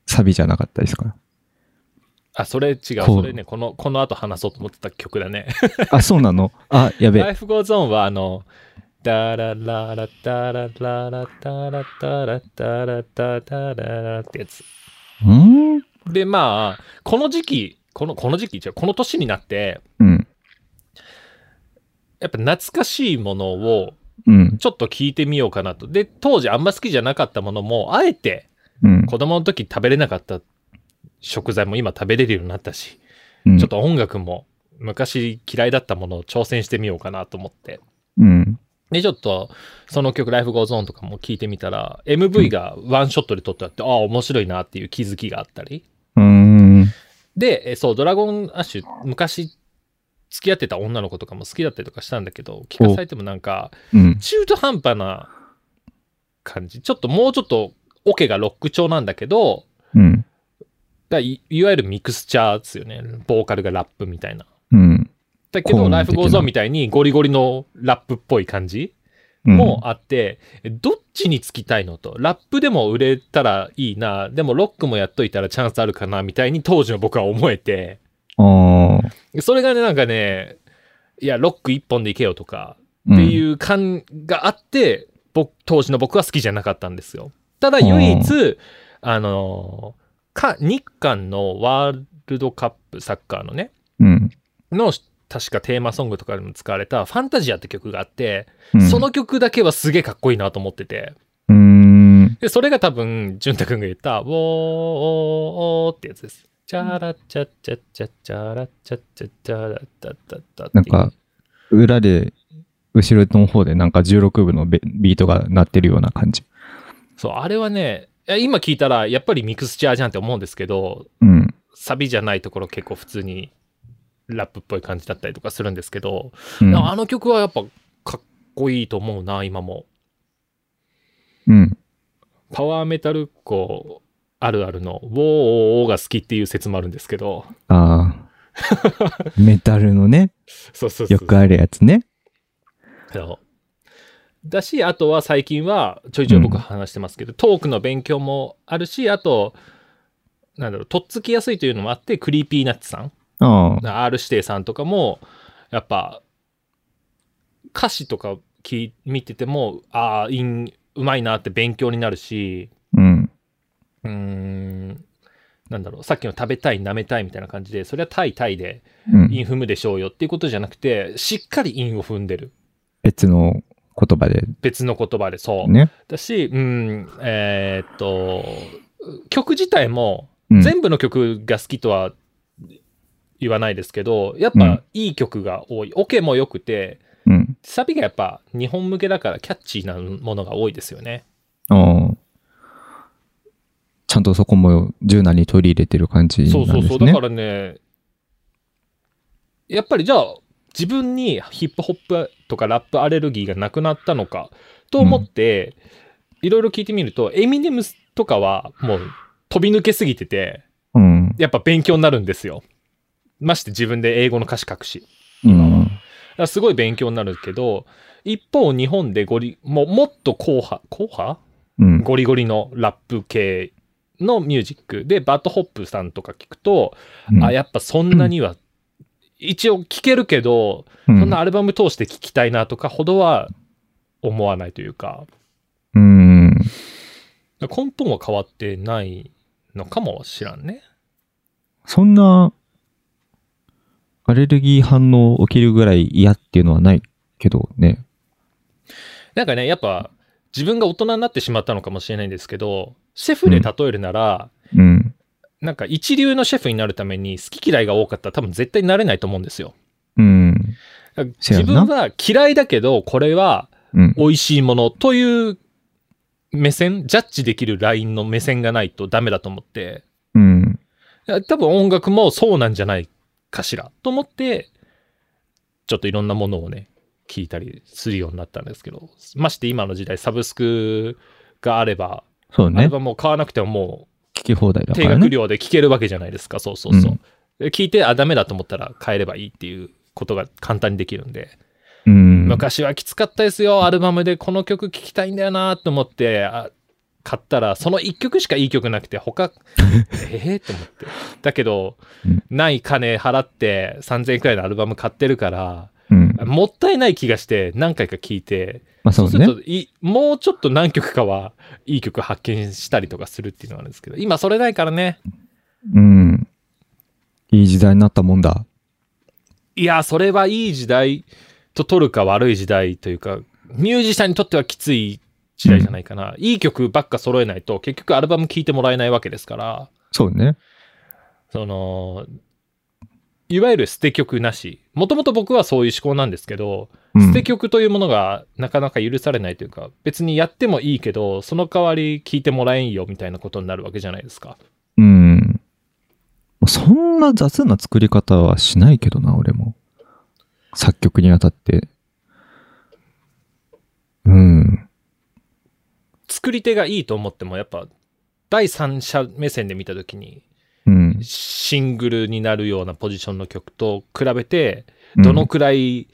Speaker 1: サビじゃなかったですか。
Speaker 2: あ、それ違う。
Speaker 1: こう
Speaker 2: それね、この、この後話そうと思ってた曲だね。
Speaker 1: あ、そうなのあ、やべ。
Speaker 2: Life Goes On は、あの、ダラララダラララダラダラダラダラダララってやつ。
Speaker 1: うん
Speaker 2: で、まあ、この時期、この、この時期、違う、この年になって、
Speaker 1: うん。
Speaker 2: やっぱ懐かしいものを
Speaker 1: うん。
Speaker 2: ちょっと聞いてみようかなと。で、当時あんま好きじゃなかったものも、あえて、
Speaker 1: うん。
Speaker 2: 子供の時食べれなかった食材も今食べれるようになったし、
Speaker 1: うん
Speaker 2: ちょっ。と音楽も昔嫌いだったものを挑戦してみようかなと思って。
Speaker 1: うん。
Speaker 2: で、ちょっと、その曲、Life Goes On とかも聞いてみたら、MV がワンショットで撮ってあって、ああ、面白いなっていう気づきがあったり。
Speaker 1: うーん。
Speaker 2: で、えそう、ドラゴンアッシュ、昔、付き合ってた女の子とかも好きだったりとかしたんだけど、聞かされてもなんか、
Speaker 1: うん。
Speaker 2: 中途半端な感じ。ちょっともうちょっと、オケがロック調なんだけど、
Speaker 1: うん。
Speaker 2: だいいわゆるミクスチャーですよね。ボーカルがラップみたいな。
Speaker 1: うん。
Speaker 2: だけど、
Speaker 1: コーン的な
Speaker 2: ライフゴーゾーンみたいにゴリゴリのラップっぽい感じ
Speaker 1: うん
Speaker 2: もあって、どっちにつきたいのと、ラップでも売れたらいいな、でもロックもやっといたらチャンスあるかな、みたいに当時の僕は思えて、
Speaker 1: ああ。
Speaker 2: それがね、なんかね、いや、ロック一本でいけよとか、
Speaker 1: うん
Speaker 2: っていう感があって、僕、当時の僕は好きじゃなかったんですよ。ただ唯一、あの、か、日韓のワールドカップサッカーのね、
Speaker 1: うん。
Speaker 2: の、確かテーマソングとかでも使われたファンタジアって曲があって、
Speaker 1: うん
Speaker 2: その曲だけはすげえかっこいいなと思ってて。
Speaker 1: うーん。
Speaker 2: で、それが多分、潤太くんが言った、ウォーおーおーってやつです。チャラチャチャチャチャラチャチャチャラタタタ
Speaker 1: なんか、裏で、後ろの方でなんか16部のベビートが鳴ってるような感じ。
Speaker 2: そう、あれはね、いや今聞いたら、やっぱりミクスチャーじゃんって思うんですけど、
Speaker 1: うん。
Speaker 2: サビじゃないところ結構普通にラップっぽい感じだったりとかするんですけど、
Speaker 1: うん。
Speaker 2: あの曲はやっぱかっこいいと思うな、今も。
Speaker 1: うん。
Speaker 2: パワーメタルっ子あるあるの、ウォーおーおーが好きっていう説もあるんですけど、
Speaker 1: ああ。 メタルのね、
Speaker 2: そうそうそう
Speaker 1: よくあるやつね。
Speaker 2: そうだし、あとは最近は、ちょいちょい僕
Speaker 1: うん
Speaker 2: 話してますけど、トークの勉強もあるし、あと、なんだろう、とっつきやすいというのもあって、クリーピーナッツさん、
Speaker 1: ああ。
Speaker 2: R 指定さんとかも、やっぱ、歌詞とか聞い見てても、ああ、いんうまいなって勉強になるし、
Speaker 1: うん。
Speaker 2: うーん、なんだろう、さっきの食べたい、舐めたいみたいな感じで、それはタイタイで、
Speaker 1: うん。
Speaker 2: 韻踏むでしょうよっていうことじゃなくて、しっかり韻を踏んでる。
Speaker 1: 別の言葉で
Speaker 2: 別の言葉で、そう。
Speaker 1: ね。
Speaker 2: だし、うん、えーっと、曲自体も、
Speaker 1: うん
Speaker 2: 全部の曲が好きとは言わないですけど、やっ
Speaker 1: うん
Speaker 2: ぱいい曲が多い。オ、ケ、も良くて、
Speaker 1: うん。
Speaker 2: サビがやっぱ日本向けだからキャッチーなものが多いですよね。
Speaker 1: ああ。ちゃんとそこも柔軟に取り入れてる感じなんです
Speaker 2: そ
Speaker 1: ね。
Speaker 2: うそうそう。だからね、やっぱりじゃあ、自分にヒップホップとかラップアレルギーがなくなったのかと思って、いろいろ聞いてみると、エミネムスとかはもう飛び抜けすぎてて、
Speaker 1: うん。
Speaker 2: やっぱ勉強になるんですよ。まして自分で英語の歌詞書くし。
Speaker 1: うん。
Speaker 2: だからすごい勉強になるけど、一方日本でゴリ、もうもっと硬派、硬派
Speaker 1: うん。
Speaker 2: ゴリゴリのラップ系のミュージックで、バッドホップさんとか聞くと、あ、やっぱそんなには、一応聞けるけど、
Speaker 1: うん
Speaker 2: そんなアルバム通して聞きたいなとかほどは思わないというか、
Speaker 1: うん。
Speaker 2: だから根本は変わってないのかもしらんね。
Speaker 1: そんな、アレルギー反応起きるぐらい嫌っていうのはないけどね。
Speaker 2: なんかね、やっぱ自分が大人になってしまったのかもしれないんですけど、シェフで例えるなら、
Speaker 1: うん。
Speaker 2: なんか一流のシェフになるために好き嫌いが多かったら多分絶対になれないと思うんですよ。
Speaker 1: うん。せや
Speaker 2: 自
Speaker 1: な
Speaker 2: 分は嫌いだけど、これは
Speaker 1: うん。
Speaker 2: 美味しいものという目線、ジャッジできるラインの目線がないとダメだと思って、
Speaker 1: うん。
Speaker 2: 多分音楽もそうなんじゃないかしらと思って、ちょっといろんなものをね、聞いたりするようになったんですけど、まして今の時代サブスクがあれば、
Speaker 1: そう
Speaker 2: アル
Speaker 1: ね。
Speaker 2: バムを買わなくてもも
Speaker 1: 聞き放題
Speaker 2: う
Speaker 1: だか
Speaker 2: 定
Speaker 1: ら
Speaker 2: 額
Speaker 1: ね。
Speaker 2: 料で聴けるわけじゃないですか。そうそうそうう。で聞いて、あ、ダメだと思ったら変えればいいっていうことが簡単にできるんで。
Speaker 1: うん。
Speaker 2: 昔はきつかったですよ。アルバムでこの曲聴きたいんだよなと思って、あ買ったら、その1曲しかいい曲なくて、 他、ええと思って。だけど
Speaker 1: うん、
Speaker 2: ない金払って3000円くらいのアルバム買ってるから、
Speaker 1: うん。
Speaker 2: もったいない気がして何回か聴いて、
Speaker 1: まあそう
Speaker 2: す
Speaker 1: ね
Speaker 2: る。といもうちょっと何曲かはいい曲発見したりとかするっていうのはあるんですけど今それないからね
Speaker 1: うん。いい時代になったもんだ。
Speaker 2: いやそれはいい時代と取るか悪い時代というかミュージシャンにとってはきつい時代じゃないかな、いい曲ばっか揃えないと結局アルバム聴いてもらえないわけですから
Speaker 1: そうね。
Speaker 2: そのいわゆる捨て曲なし。もともと僕はそういう思考なんですけど、
Speaker 1: うん
Speaker 2: 捨て曲というものがなかなか許されないというか、別にやってもいいけど、その代わり聞いてもらえんよみたいなことになるわけじゃないですか。
Speaker 1: うん。そんな雑な作り方はしないけどな、俺も。作曲にあたって。うん。
Speaker 2: 作り手がいいと思っても、やっぱ、第三者目線で見たときに、
Speaker 1: うん。
Speaker 2: シングルになるようなポジションの曲と比べて、どのくらい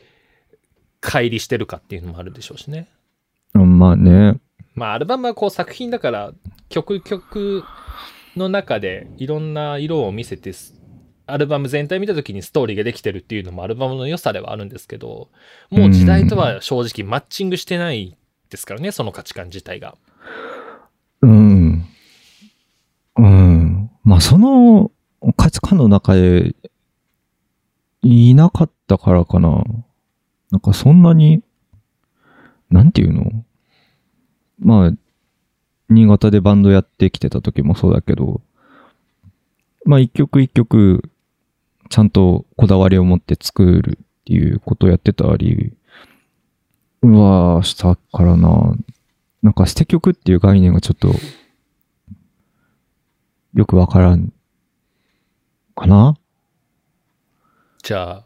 Speaker 2: 乖離してるかっていうのもあるでしょうしね。
Speaker 1: うん、まあね。
Speaker 2: まあ、アルバムはこう作品だから曲曲の中でいろんな色を見せてすアルバム全体見た時にストーリーができてるっていうのもアルバムの良さではあるんですけどもう時代とは正直マッチングしてないですからねその価値観自体が。
Speaker 1: うん。うん。まあ、その価値観の中でいなかったからかな。なんかそんなに、なんていうのまあ、新潟でバンドやってきてた時もそうだけど、まあ一曲一曲、ちゃんとこだわりを持って作るっていうことをやってたりはしたからな。なんか捨て曲っていう概念がちょっと、よくわからん、かな
Speaker 2: じゃあ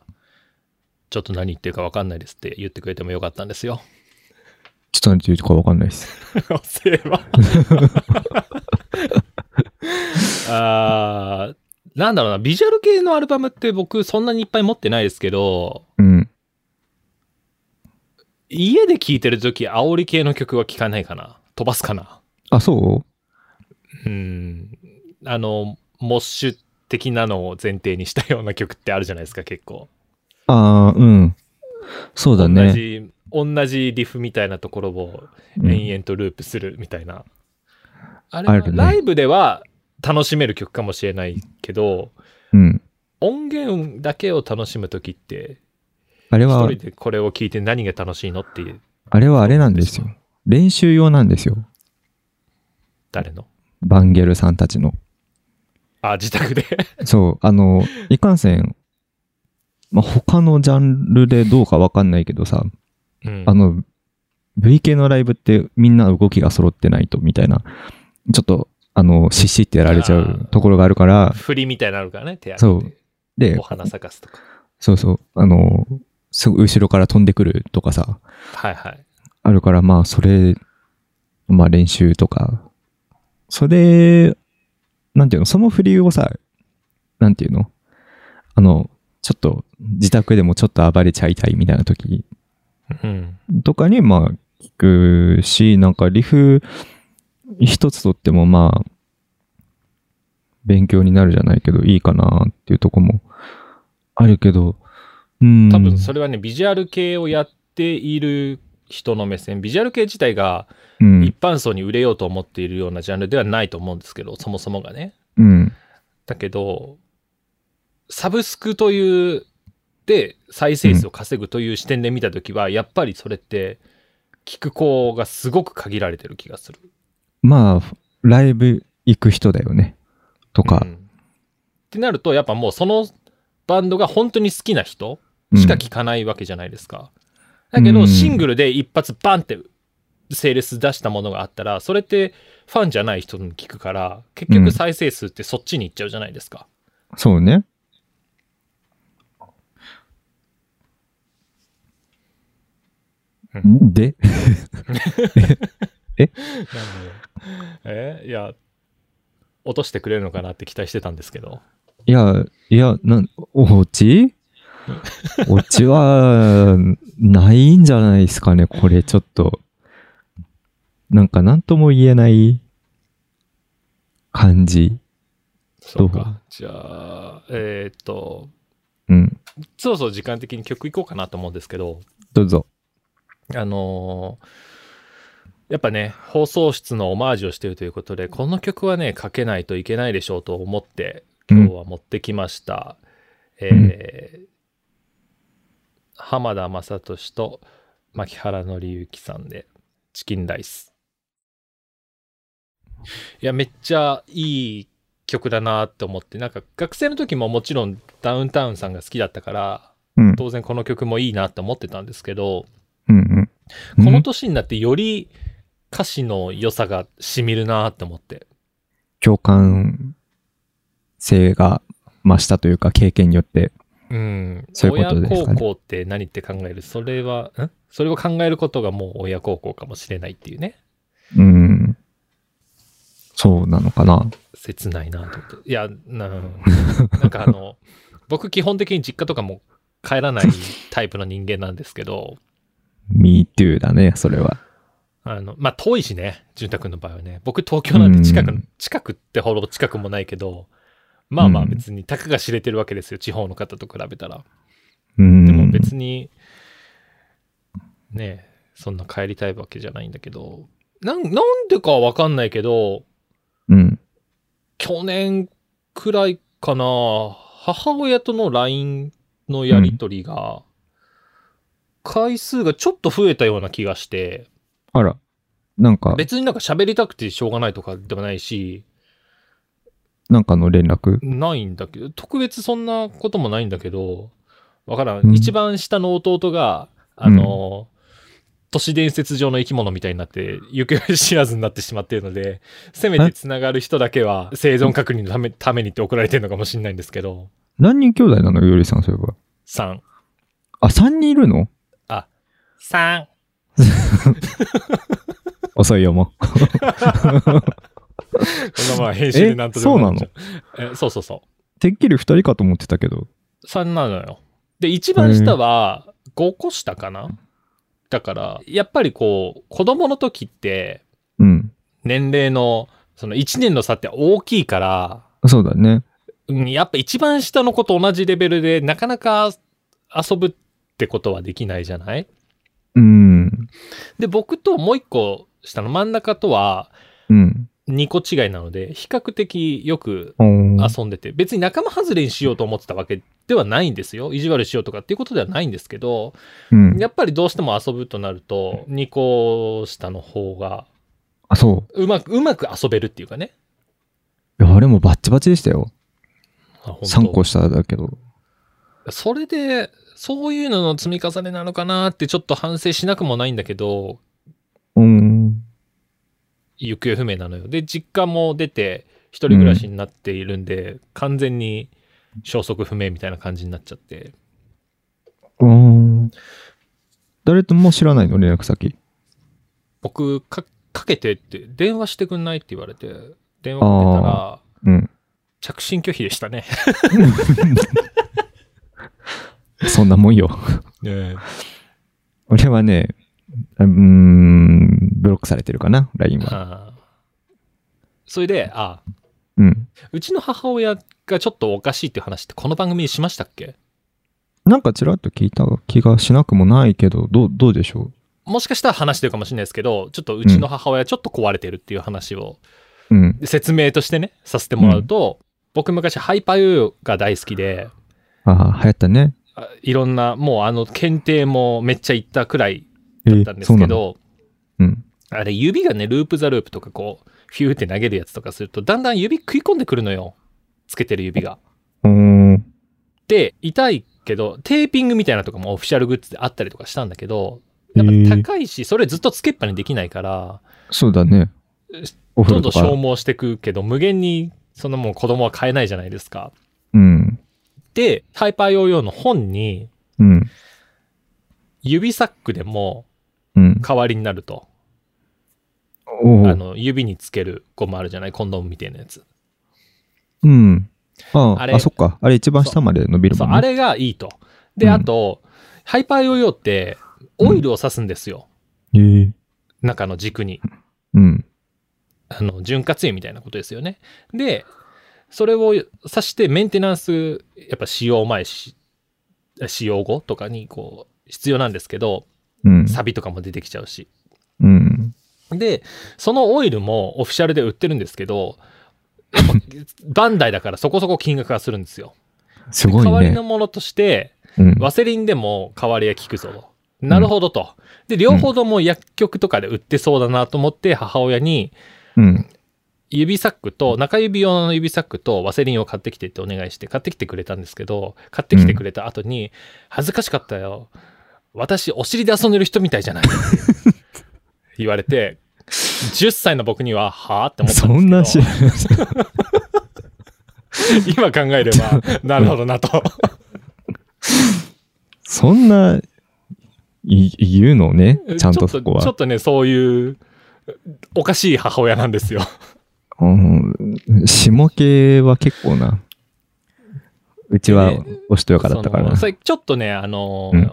Speaker 2: ちょっと何言ってるか分かんないですって言ってくれてもよかったんですよ。
Speaker 1: ちょっとなんて言うかわかんないです。
Speaker 2: せえば。 あーなんだろうな、ビジュアル系のアルバムって僕そんなにいっぱい持ってないですけど、
Speaker 1: うん。
Speaker 2: 家で聴いてる時煽り系の曲は聴かないかな。飛ばすかな。
Speaker 1: あ、そう
Speaker 2: うん。あの、モッシュ的なのを前提にしたような曲ってあるじゃないですか、結構。
Speaker 1: ああ、うん。そうだ
Speaker 2: 同
Speaker 1: ね。
Speaker 2: じ、同じリフみたいなところを
Speaker 1: うん
Speaker 2: 延々とループするみたいな。あれ
Speaker 1: あ
Speaker 2: は
Speaker 1: るね
Speaker 2: ライブでは楽しめる曲かもしれないけど、
Speaker 1: うん。
Speaker 2: 音源だけを楽しむ時って
Speaker 1: あれ
Speaker 2: 一
Speaker 1: は
Speaker 2: 人、でこれを聞いて何が楽しいのっていう
Speaker 1: あれはあれなんですよ。練習用なんですよ。
Speaker 2: 誰の
Speaker 1: バンゲルさんたちの。
Speaker 2: あ自宅 で
Speaker 1: そう、あの、いかんせん、まあ、他のジャンルでどうかわかんないけどさ、
Speaker 2: うん
Speaker 1: あの、V 系のライブってみんな動きが揃ってないとみたいな、ちょっと、あの、しっしってやられちゃうところがあるから、
Speaker 2: 振りみたいなのあるからね手
Speaker 1: そ
Speaker 2: 挙げ
Speaker 1: う
Speaker 2: て。
Speaker 1: で
Speaker 2: お、花咲かすとか
Speaker 1: そうそう、あの、すぐ後ろから飛んでくるとかさ、
Speaker 2: はいはい
Speaker 1: あるから、まあ、それ、まあ、練習とか、それ、なんていうの、その振りをさ、なんていうの、あの、ちょっと、自宅でもちょっと暴れちゃいたいみたいな時
Speaker 2: うん
Speaker 1: とかに、まあ、聞くし、なんか、リフ一つとっても、まあ、勉強になるじゃないけど、いいかなっていうとこもあるけど、うん。
Speaker 2: 多分それはねビジュアル系をやっている人の目線ビジュアル系自体が
Speaker 1: うん
Speaker 2: 一、般層に売れようと思っているようなジャンルではないと思うんですけどそもそもがね
Speaker 1: うん、
Speaker 2: だけど、サブスクという、で、再生数を稼ぐという視点で見たときは、やっぱりそれって、聞く子がすごく限られてる気がする。
Speaker 1: まあ、ライブ行く人だよね。とか
Speaker 2: う、んってなると、やっぱもうそのバンドが本当に好きな人
Speaker 1: うん
Speaker 2: しか聞かないわけじゃないですか。だけ
Speaker 1: う
Speaker 2: ど、
Speaker 1: ん
Speaker 2: シングルで一発バンってセールス出したものがあったら、それってファンじゃない人に聞くから、結
Speaker 1: うん
Speaker 2: 局再生数ってそっちに行っちゃうじゃないですか。
Speaker 1: そうね。
Speaker 2: うな
Speaker 1: で、
Speaker 2: んで えいや、落としてくれるのかなって期待してたんですけど。
Speaker 1: いや、いや、なん、おちおちは、ないんじゃないですかね、これ、ちょっと。なんか、なんとも言えない感じ。
Speaker 2: そう
Speaker 1: どう
Speaker 2: か。じゃあ、えーっと、
Speaker 1: うん。
Speaker 2: そろそろ時間的に曲いこうかなと思うんですけど、
Speaker 1: どうぞ。
Speaker 2: あのーやっぱね、放送室のオマージュをしているということで、この曲はね、かけないといけないでしょうと思って、今日は持ってきました。えー浜田雅俊と牧原紀之さんで、チキンライス。いや、めっちゃいい曲だなって思ってなんか学生の時ももちろんダウンタウンさんが好きだったから
Speaker 1: うん。
Speaker 2: 当然この曲もいいなって思ってたんですけど
Speaker 1: うんう
Speaker 2: こ
Speaker 1: ん。
Speaker 2: の
Speaker 1: ん
Speaker 2: 年になってより歌詞の良さがしみるなって思って
Speaker 1: 共感性が増したというか、経験によって。
Speaker 2: うん
Speaker 1: そういうことですかね
Speaker 2: 親孝行って何って考えるそれはんそれを考えることがもう親孝行かもしれないっていうね
Speaker 1: うん。そうなのかな。
Speaker 2: 切ないなと思っていやなな んかあの僕基本的に実家とかも帰らないタイプの人間なんですけど
Speaker 1: me too だね、それは。
Speaker 2: あのまあ遠いしね潤太君の場合はね僕東京なんて近く
Speaker 1: うん
Speaker 2: 近くってほど近くもないけどまあまあ
Speaker 1: うん
Speaker 2: 別にたかが知れてるわけですよ地方の方と比べたら
Speaker 1: うん。
Speaker 2: でも別に、ねえ、そんな帰りたいわけじゃないんだけど、なんなんでかわかんないけど、
Speaker 1: うん。
Speaker 2: 去年くらいかな、母親との LINE のやりとりが、回数がちょっと増えたような気がして、
Speaker 1: あら、なんか、
Speaker 2: 別になんか喋りたくてしょうがないとかでもないし、
Speaker 1: なんかの連絡。
Speaker 2: ないんだけど、特別そんなこともないんだけど、わからん。
Speaker 1: うん
Speaker 2: 一番下の弟が、あの、都市伝説上の生き物みたいになって、行方知らずになってしまっているので、せめて繋がる人だけは生存確認のためためにって送られてるのかもしれないんですけど、
Speaker 1: 何人兄弟なのよりさん、そういえば。
Speaker 2: 3。
Speaker 1: あ、3人いるの
Speaker 2: 3。
Speaker 1: 遅いよ、もう。
Speaker 2: このまま編集でなんとでもっちゃうえそうそうそ
Speaker 1: てっきり2人かと思ってたけど。
Speaker 2: う。3なのよ。で、一番下は5個下かなだから、やっぱりこう、子供の時って、
Speaker 1: うん。
Speaker 2: 年齢のその1年の差って大きいから、
Speaker 1: そうだね。
Speaker 2: うんやっぱ一番下の子と同じレベルでなかなか遊ぶってことはできないじゃない
Speaker 1: うん。
Speaker 2: で僕ともう一個下の真ん中とは
Speaker 1: うん。
Speaker 2: 2個違いなので比較的よく
Speaker 1: おー
Speaker 2: 遊んでて別に仲間外れにしようと思ってたわけではないんですよ意地悪しようとかっていうことではないんですけど
Speaker 1: うん。
Speaker 2: やっぱりどうしても遊ぶとなると2個下の方が
Speaker 1: あ、そう
Speaker 2: まくうまく遊べるっていうかね
Speaker 1: う。いや、あれもバッチバチでしたよ。
Speaker 2: あ本当
Speaker 1: 3個下だけど。
Speaker 2: それで、そういうのの積み重ねなのかなってちょっと反省しなくもないんだけど、
Speaker 1: うん。
Speaker 2: 行方不明なのよ。で、実家も出て、一人暮らしになっているんで、完全に消息不明みたいな感じになっちゃって。
Speaker 1: うん。誰とも知らないの、連絡先。
Speaker 2: 僕、か、かけてって、電話してくんないって言われて、電話かけたら、
Speaker 1: うん。
Speaker 2: 着信拒否でしたね。
Speaker 1: そんなもんよ。
Speaker 2: ね
Speaker 1: 俺はね、うーん、ブロックされてるかな、LINE は。
Speaker 2: あーそれで、あ、
Speaker 1: うん。
Speaker 2: うちの母親がちょっとおかしいっていう話ってこの番組にしましたっけ
Speaker 1: なんかちらっと聞いた気がしなくもないけど、どう、どうでしょ
Speaker 2: もしかしたら話してるかもしれないですけど、ちょっとうちの母親ちょっと壊れてるっていう話を
Speaker 1: ううん。
Speaker 2: 説明としてね、させてもらうと、僕昔ハイパーヨーヨーが大好きで、
Speaker 1: ああ、流行ったね。
Speaker 2: あいろんな、もうあの検定もめっちゃ行ったくらい
Speaker 1: え
Speaker 2: だったんですけ
Speaker 1: の
Speaker 2: ど、
Speaker 1: うん。
Speaker 2: あれ指がね、ループザループとかこう、フィューって投げるやつとかすると、だんだん指食い込んでくるのよ。つけてる指が。
Speaker 1: うーん。
Speaker 2: で、痛いけど、テーピングみたいなとかもオフィシャルグッズであったりとかしたんだけど、やっぱ高いし、それずっとつけっぱにできないから、
Speaker 1: そうだね
Speaker 2: え。
Speaker 1: お風
Speaker 2: ど
Speaker 1: 呂
Speaker 2: んど
Speaker 1: と
Speaker 2: ん消
Speaker 1: か。
Speaker 2: 耗してくけど、無限に、そんなもん子供は買えないじゃないですか。
Speaker 1: うん。
Speaker 2: で、ハイパーヨーヨーの本に、
Speaker 1: うん。
Speaker 2: 指サックでも
Speaker 1: うん。
Speaker 2: 代わりになると。
Speaker 1: お
Speaker 2: あ
Speaker 1: う
Speaker 2: の、指につけるゴムあるじゃないコンドームみたいなやつ。
Speaker 1: うん。あ
Speaker 2: あ
Speaker 1: あ、
Speaker 2: れ
Speaker 1: あ、そっか。あれ一番下まで伸びる
Speaker 2: そ
Speaker 1: も
Speaker 2: う、
Speaker 1: ん
Speaker 2: あ
Speaker 1: ね。
Speaker 2: れがいいと。で、
Speaker 1: うん
Speaker 2: あと、ハイパーヨーヨーって、オイルを刺すんですよ。
Speaker 1: えー
Speaker 2: 中の軸に。
Speaker 1: うん。
Speaker 2: あの、潤滑油みたいなことですよね。で、それを刺してメンテナンス、やっぱ使用前し、使用後とかにこう、必要なんですけど、
Speaker 1: うん。
Speaker 2: サビとかも出てきちゃうし。
Speaker 1: うん。
Speaker 2: で、そのオイルもオフィシャルで売ってるんですけど、や っぱバンダイだからそこそこ金額がするんですよ。
Speaker 1: すごい
Speaker 2: 代わり
Speaker 1: ね
Speaker 2: の。ものとして、
Speaker 1: うん。
Speaker 2: ワセリンでも代わりは効くぞと。なるほどと。で、両方とも薬局とかで売ってそうだなと思って母親に、
Speaker 1: うん。
Speaker 2: 指サックと、中指用の指サックとワセリンを買ってきてってお願いして、買ってきてくれたんですけど、買ってきてくれた後に、恥ずかしかったよ。私、お尻で遊んでる人みたいじゃ ない言われて、10歳の僕には、はぁって思った
Speaker 1: そ
Speaker 2: んですけど。
Speaker 1: んな知らない。
Speaker 2: 今考えれば、なるほどなと。
Speaker 1: そんな、い言うのね、 ちゃんとそこ
Speaker 2: ちょっとちょ
Speaker 1: は
Speaker 2: っ。とね、そういう、おかしい母親なんですよ。
Speaker 1: うん、下系は結構な。うちは
Speaker 2: でね
Speaker 1: おしとやかだったから
Speaker 2: その
Speaker 1: な。
Speaker 2: それちょっとね、あのー
Speaker 1: うん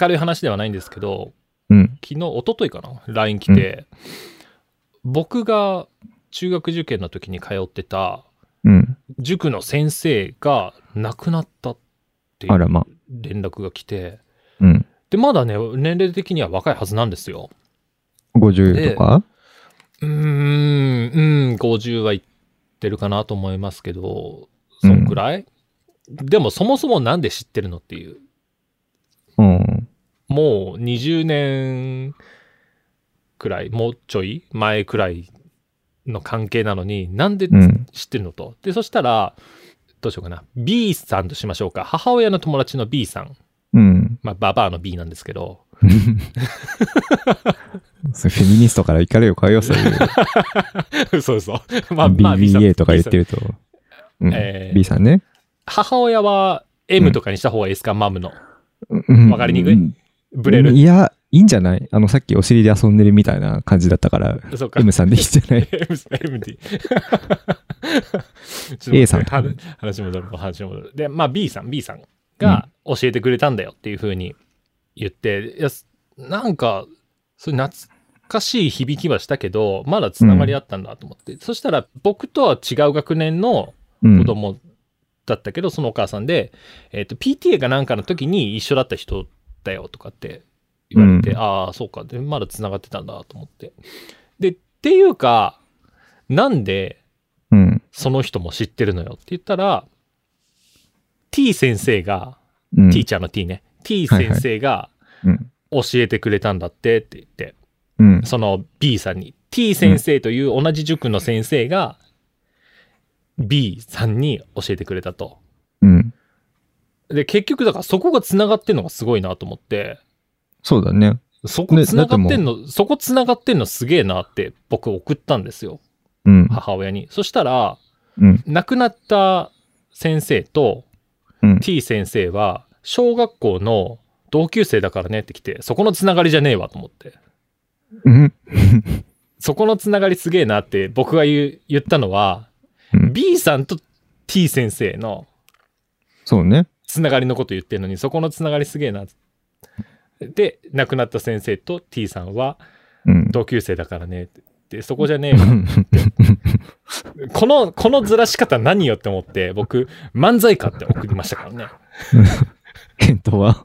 Speaker 2: 明るい話ではないんですけど、
Speaker 1: うん。
Speaker 2: 昨日、一昨日かな ?LINE 来て、僕が中学受験の時に通ってた
Speaker 1: うん。
Speaker 2: 塾の先生が亡くなったってい
Speaker 1: あら
Speaker 2: う
Speaker 1: ま。
Speaker 2: 連絡が来て、
Speaker 1: うん。
Speaker 2: で、まだね、年齢的には若いはずなんですよ。
Speaker 1: 50とか
Speaker 2: うーん、うん、50はいってるかなと思いますけど、そんくらい、でもそもそもなんで知ってるのっていう。
Speaker 1: うん。
Speaker 2: もう20年くらい、もうちょい前くらいの関係なのに、なんで
Speaker 1: うん。
Speaker 2: 知ってるのと。で、そしたら、どうしようかな。B さんとしましょうか。母親の友達の B さん。
Speaker 1: うん。
Speaker 2: まあ、ババアの B なんですけど。
Speaker 1: それフェミニストから怒りを変えよう、そ ういう。
Speaker 2: そうそう。まあ、まあ、B さん
Speaker 1: BBA とか言って
Speaker 2: B
Speaker 1: ると。うん
Speaker 2: えー
Speaker 1: B さんね。
Speaker 2: さん母親は
Speaker 1: う
Speaker 2: M
Speaker 1: ん
Speaker 2: とかにした方がいいですか、マムの。
Speaker 1: わ
Speaker 2: わかりにくいブレる。
Speaker 1: いや、いいんじゃないあの、さっきお尻で遊んでるみたいな感じだったから、
Speaker 2: そうか。
Speaker 1: M さんでいいんじゃない
Speaker 2: M さん MD。
Speaker 1: A さん
Speaker 2: ちょっと待って話話戻る、話戻る。で、まあ B さん、B さんが教えてくれたんだよっていうふうに言って、いや、すなんか、それ懐かしい響きはしたけど、まだつながりあったんだと思って、そしたら僕とは違う学年の
Speaker 1: うん
Speaker 2: 子供だったけど、そのお母さんで、えっ、と、PTA かなんかの時に一緒だった人だよとかって言われて、
Speaker 1: うん
Speaker 2: ああ、そうか。で、まだ繋がってたんだと思って。で、っていうか、なんで
Speaker 1: うん。
Speaker 2: その人も知ってるのよって言ったら、T 先生が、
Speaker 1: うん
Speaker 2: T ちゃんの T ね、T 先生が
Speaker 1: うん。
Speaker 2: 教えてくれたんだってって言って、
Speaker 1: うん。
Speaker 2: その B さんに、T 先生という同じ塾の先生が、B さんに教えてくれたと。
Speaker 1: うん。
Speaker 2: で、結局だからそこが繋がってんのがすごいなと思って、
Speaker 1: そうだね。
Speaker 2: そこ
Speaker 1: ね
Speaker 2: 繋がってんの、そこ繋がってんのすげえなって僕送ったんですよ。
Speaker 1: うん。
Speaker 2: 母親に。そしたら、
Speaker 1: うん。
Speaker 2: 亡くなった先生と
Speaker 1: うん
Speaker 2: T 先生は小学校の同級生だからねって来て、そこの繋がりじゃねえわと思って。
Speaker 1: うん。
Speaker 2: そこの繋がりすげえなって僕が言う言ったのは、
Speaker 1: うん
Speaker 2: B さんと T 先生の
Speaker 1: そうね。
Speaker 2: つながりのこと言ってるのにそこのつながりすげえなで亡くなった先生と T さんは
Speaker 1: うん。
Speaker 2: 同級生だからねってでそこじゃねえ わこのこのずらし方何よって思って僕漫才かって送りましたからね
Speaker 1: 検討は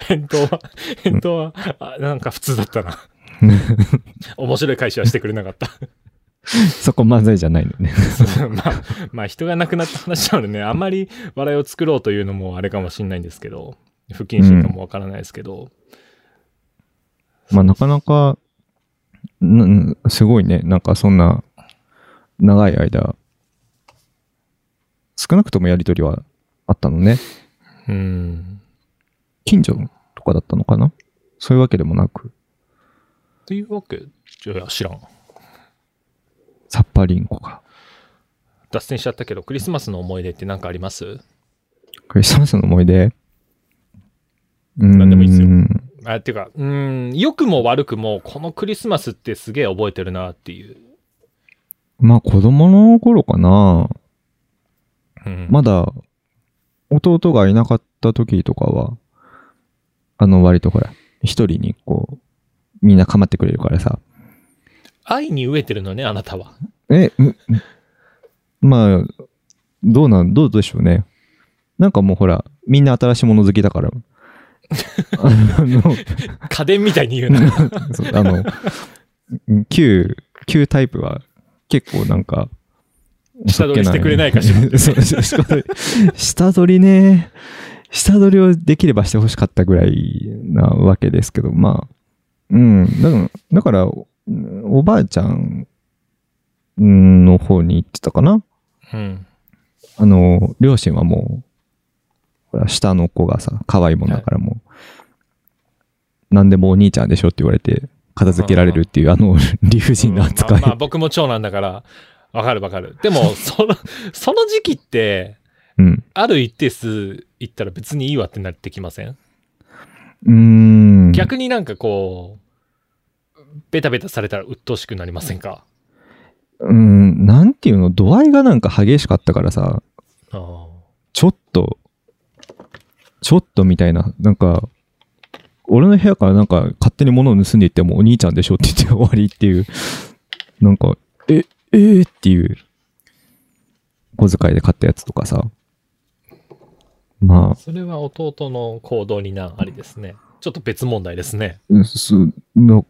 Speaker 2: 返答は返答はあなんか普通だったな面白い返しはしてくれなかった
Speaker 1: そこ漫才じゃないのね。
Speaker 2: そうまあまあ人が亡くなった話なのでねあんまり笑いを作ろうというのもあれかもしれないんですけど不謹慎かもわからないですけど、
Speaker 1: まあ、なかなか、なすごいね。なんかそんな、長い間、少なくともやりとりはあったのね。
Speaker 2: うん
Speaker 1: 近所とかだったのかなそういうわけでもなく、
Speaker 2: というわけじゃ知らん
Speaker 1: サッパリンコか。
Speaker 2: 脱線しちゃったけどクリスマスの思い出って何かあります
Speaker 1: クリスマスの思い出
Speaker 2: 何でもいいっすよ
Speaker 1: うん
Speaker 2: あっていうかうーん良くも悪くもこのクリスマスってすげえ覚えてるなっていう、
Speaker 1: まあ子供の頃かな。
Speaker 2: うん
Speaker 1: まだ弟がいなかった時とかは、あの割とほら、一人にこう、みんな構ってくれるからさ。
Speaker 2: 愛に飢えてるのねあなたは
Speaker 1: え、うまあ、どうなん、どうでしょうね。なんかもうほら、みんな新しいもの好きだから。 あの、
Speaker 2: 家電みたいに言うな
Speaker 1: そうあの、旧、旧タイプは結構なんか、
Speaker 2: 下取りしてくれないかしらって
Speaker 1: そうそう下取り下取りね、下取りをできればしてほしかったぐらいなわけですけど、まあ、うん、だから、だからおおばあちゃんうんの方に行ってたかな。
Speaker 2: うん。
Speaker 1: あの、両親はもう、ほら、下の子がさ、可愛いもんだからもう、何でもお兄ちゃんでしょって言われて、片付けられるっていう、あの、理不尽な扱
Speaker 2: う
Speaker 1: い
Speaker 2: んまあ。まあ僕も長男だから、わかるわかる。でも、その、その時期って、
Speaker 1: うん。
Speaker 2: ある一定数行ったら別にいいわってなってきません、
Speaker 1: うーん。
Speaker 2: 逆になんかこう、ベタベタされたら鬱陶しくなりませんか
Speaker 1: うん、なんていうの、度合いがなんか激しかったからさ、
Speaker 2: ああ。
Speaker 1: ちょっと、ちょっとみたいな、なんか、俺の部屋からなんか勝手に物を盗んでいってもお兄ちゃんでしょって言って終わりっていう、なんか、え、えー、っていう、小遣いで買ったやつとかさ。ま
Speaker 2: それは弟の行動にな、ありですね。ちょっと別問題ですね。
Speaker 1: あ、す、の、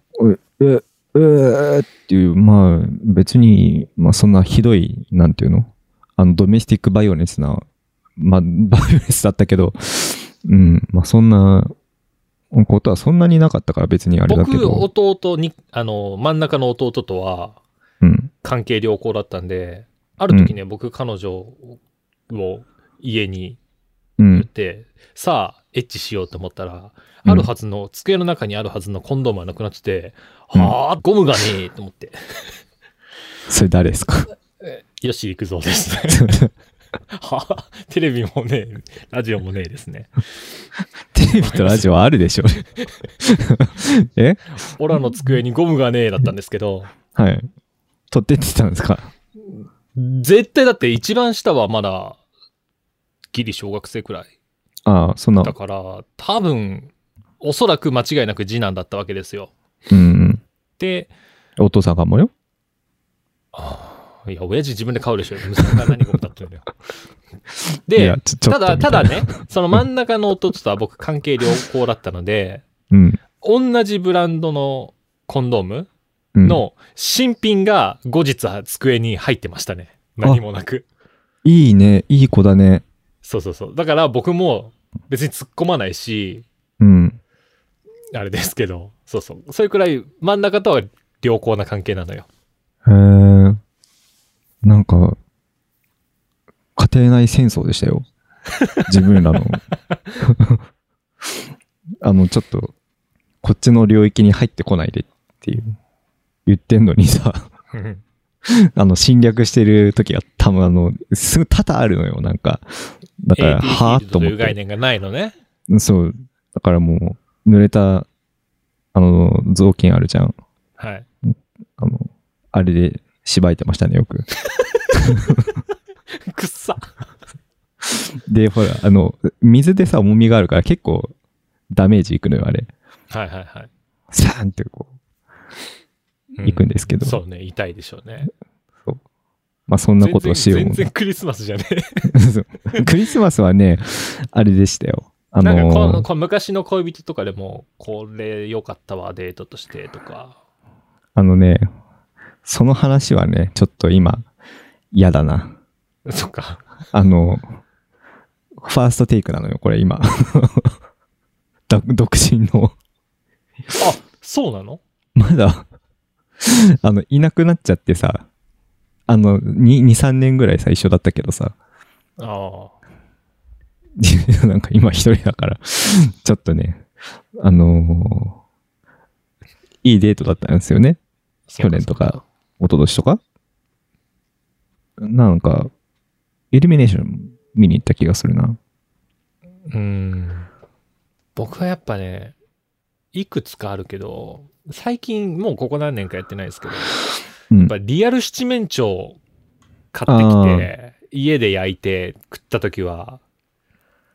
Speaker 1: え、え、えーっていう、まあ、別に、まあそんなひどい、なんていうのあの、ドメスティックバイオレンスな、まあ、 バイオレンスだったけど、うん、まあそんな、ことはそんなになかったから別にあれだけ
Speaker 2: 僕、
Speaker 1: ど。
Speaker 2: 弟に、あの、真ん中の弟とは
Speaker 1: うん。
Speaker 2: 関係良好だったんで、ある時ね、僕、彼女を家に
Speaker 1: う
Speaker 2: 言っ
Speaker 1: ん。
Speaker 2: て、さあ、エッチしようと思ったら、
Speaker 1: うん
Speaker 2: あるはずの、机の中にあるはずのコンドームがなくなってて、
Speaker 1: うん
Speaker 2: はあ、ゴムがねえと思って、
Speaker 1: それ誰ですか
Speaker 2: よし、行くぞです ね。はあ、テレビもねえ、ラジオもねえですね。
Speaker 1: テレビとラジオあるでしょえ
Speaker 2: オラの机にゴムがねえだったんですけど、
Speaker 1: はい。撮ってってたんですか
Speaker 2: 絶対だって一番下はまだ、ギリ小学生くらい。
Speaker 1: ああ、そんな
Speaker 2: だ。から、多分、おそらく間違いなく次男だったわけですよ。
Speaker 1: うん。
Speaker 2: で、
Speaker 1: お父さんがもよ。
Speaker 2: あーいや、親父自分で買うでしょ。息子が何ゴムだった んだよ。
Speaker 1: い
Speaker 2: で
Speaker 1: や、ちょちょ
Speaker 2: た
Speaker 1: っと
Speaker 2: だ、
Speaker 1: みい
Speaker 2: た
Speaker 1: な
Speaker 2: だね、その真ん中の弟とは僕関係良好だったので、
Speaker 1: うん。
Speaker 2: 同じブランドのコンドーム
Speaker 1: うん、
Speaker 2: の新品が後日机に入ってましたね。何もなく。
Speaker 1: いいね。いい子だね。
Speaker 2: そうそうそう。だから僕も別に突っ込まないし、
Speaker 1: うん。
Speaker 2: あれですけど、そうそう。それくらい真ん中とは良好な関係なのよ。
Speaker 1: へえ。なんか、家庭内戦争でした よ。自分らの。 あの、ちょっと、こっちの領域に入ってこないでっていう、言ってんのにさ、 あの、侵略してる時が多分あの、すぐ多々あるのよ、なんか。だから、
Speaker 2: AT
Speaker 1: はあ
Speaker 2: フィール
Speaker 1: と
Speaker 2: ドと
Speaker 1: 思
Speaker 2: い
Speaker 1: っ
Speaker 2: う概
Speaker 1: て。
Speaker 2: 念がないのね。
Speaker 1: そう。だからもう、濡れた、あの、雑巾あるじゃん。
Speaker 2: はい。
Speaker 1: あの、あれで、しばいてましたね、よく。
Speaker 2: くっさ。
Speaker 1: で、ほら、あの、水でさ、重みがあるから結構ダメージいくのよ、あれ。
Speaker 2: はいはいはい。
Speaker 1: サーンってこ
Speaker 2: う
Speaker 1: う、いくんですけど、
Speaker 2: そうね、痛いでしょうね。
Speaker 1: まあそんなことをしよう
Speaker 2: 全然
Speaker 1: も
Speaker 2: 全然クリスマスじゃねえ。
Speaker 1: んクリスマスはね、あれでしたよ。 あの
Speaker 2: なん
Speaker 1: ー
Speaker 2: かこのこの昔の恋人とかでも、これ良かったわ、デートとしてとか。
Speaker 1: あのね、その話はね、ちょっと今、嫌だな。
Speaker 2: そっか。
Speaker 1: あの、ファーストテイクなのよ、これ今。 だ独身の、
Speaker 2: あ、そうなの
Speaker 1: まだ、あの、いなくなっちゃってさ、あの、2、3年ぐらい最初だったけどさ、
Speaker 2: ああ。
Speaker 1: なんか今一人だから、ちょっとね、あのーいいデートだったんですよね。去年とか、一昨年とか。なんか、イルミネーション見に行った気がするな。
Speaker 2: そうか。うん。僕はやっぱね、いくつかあるけど、最近もうここ何年かやってないですけど、や
Speaker 1: うん
Speaker 2: っ。ぱリアル七面鳥買ってきて、家で焼いて食った時は、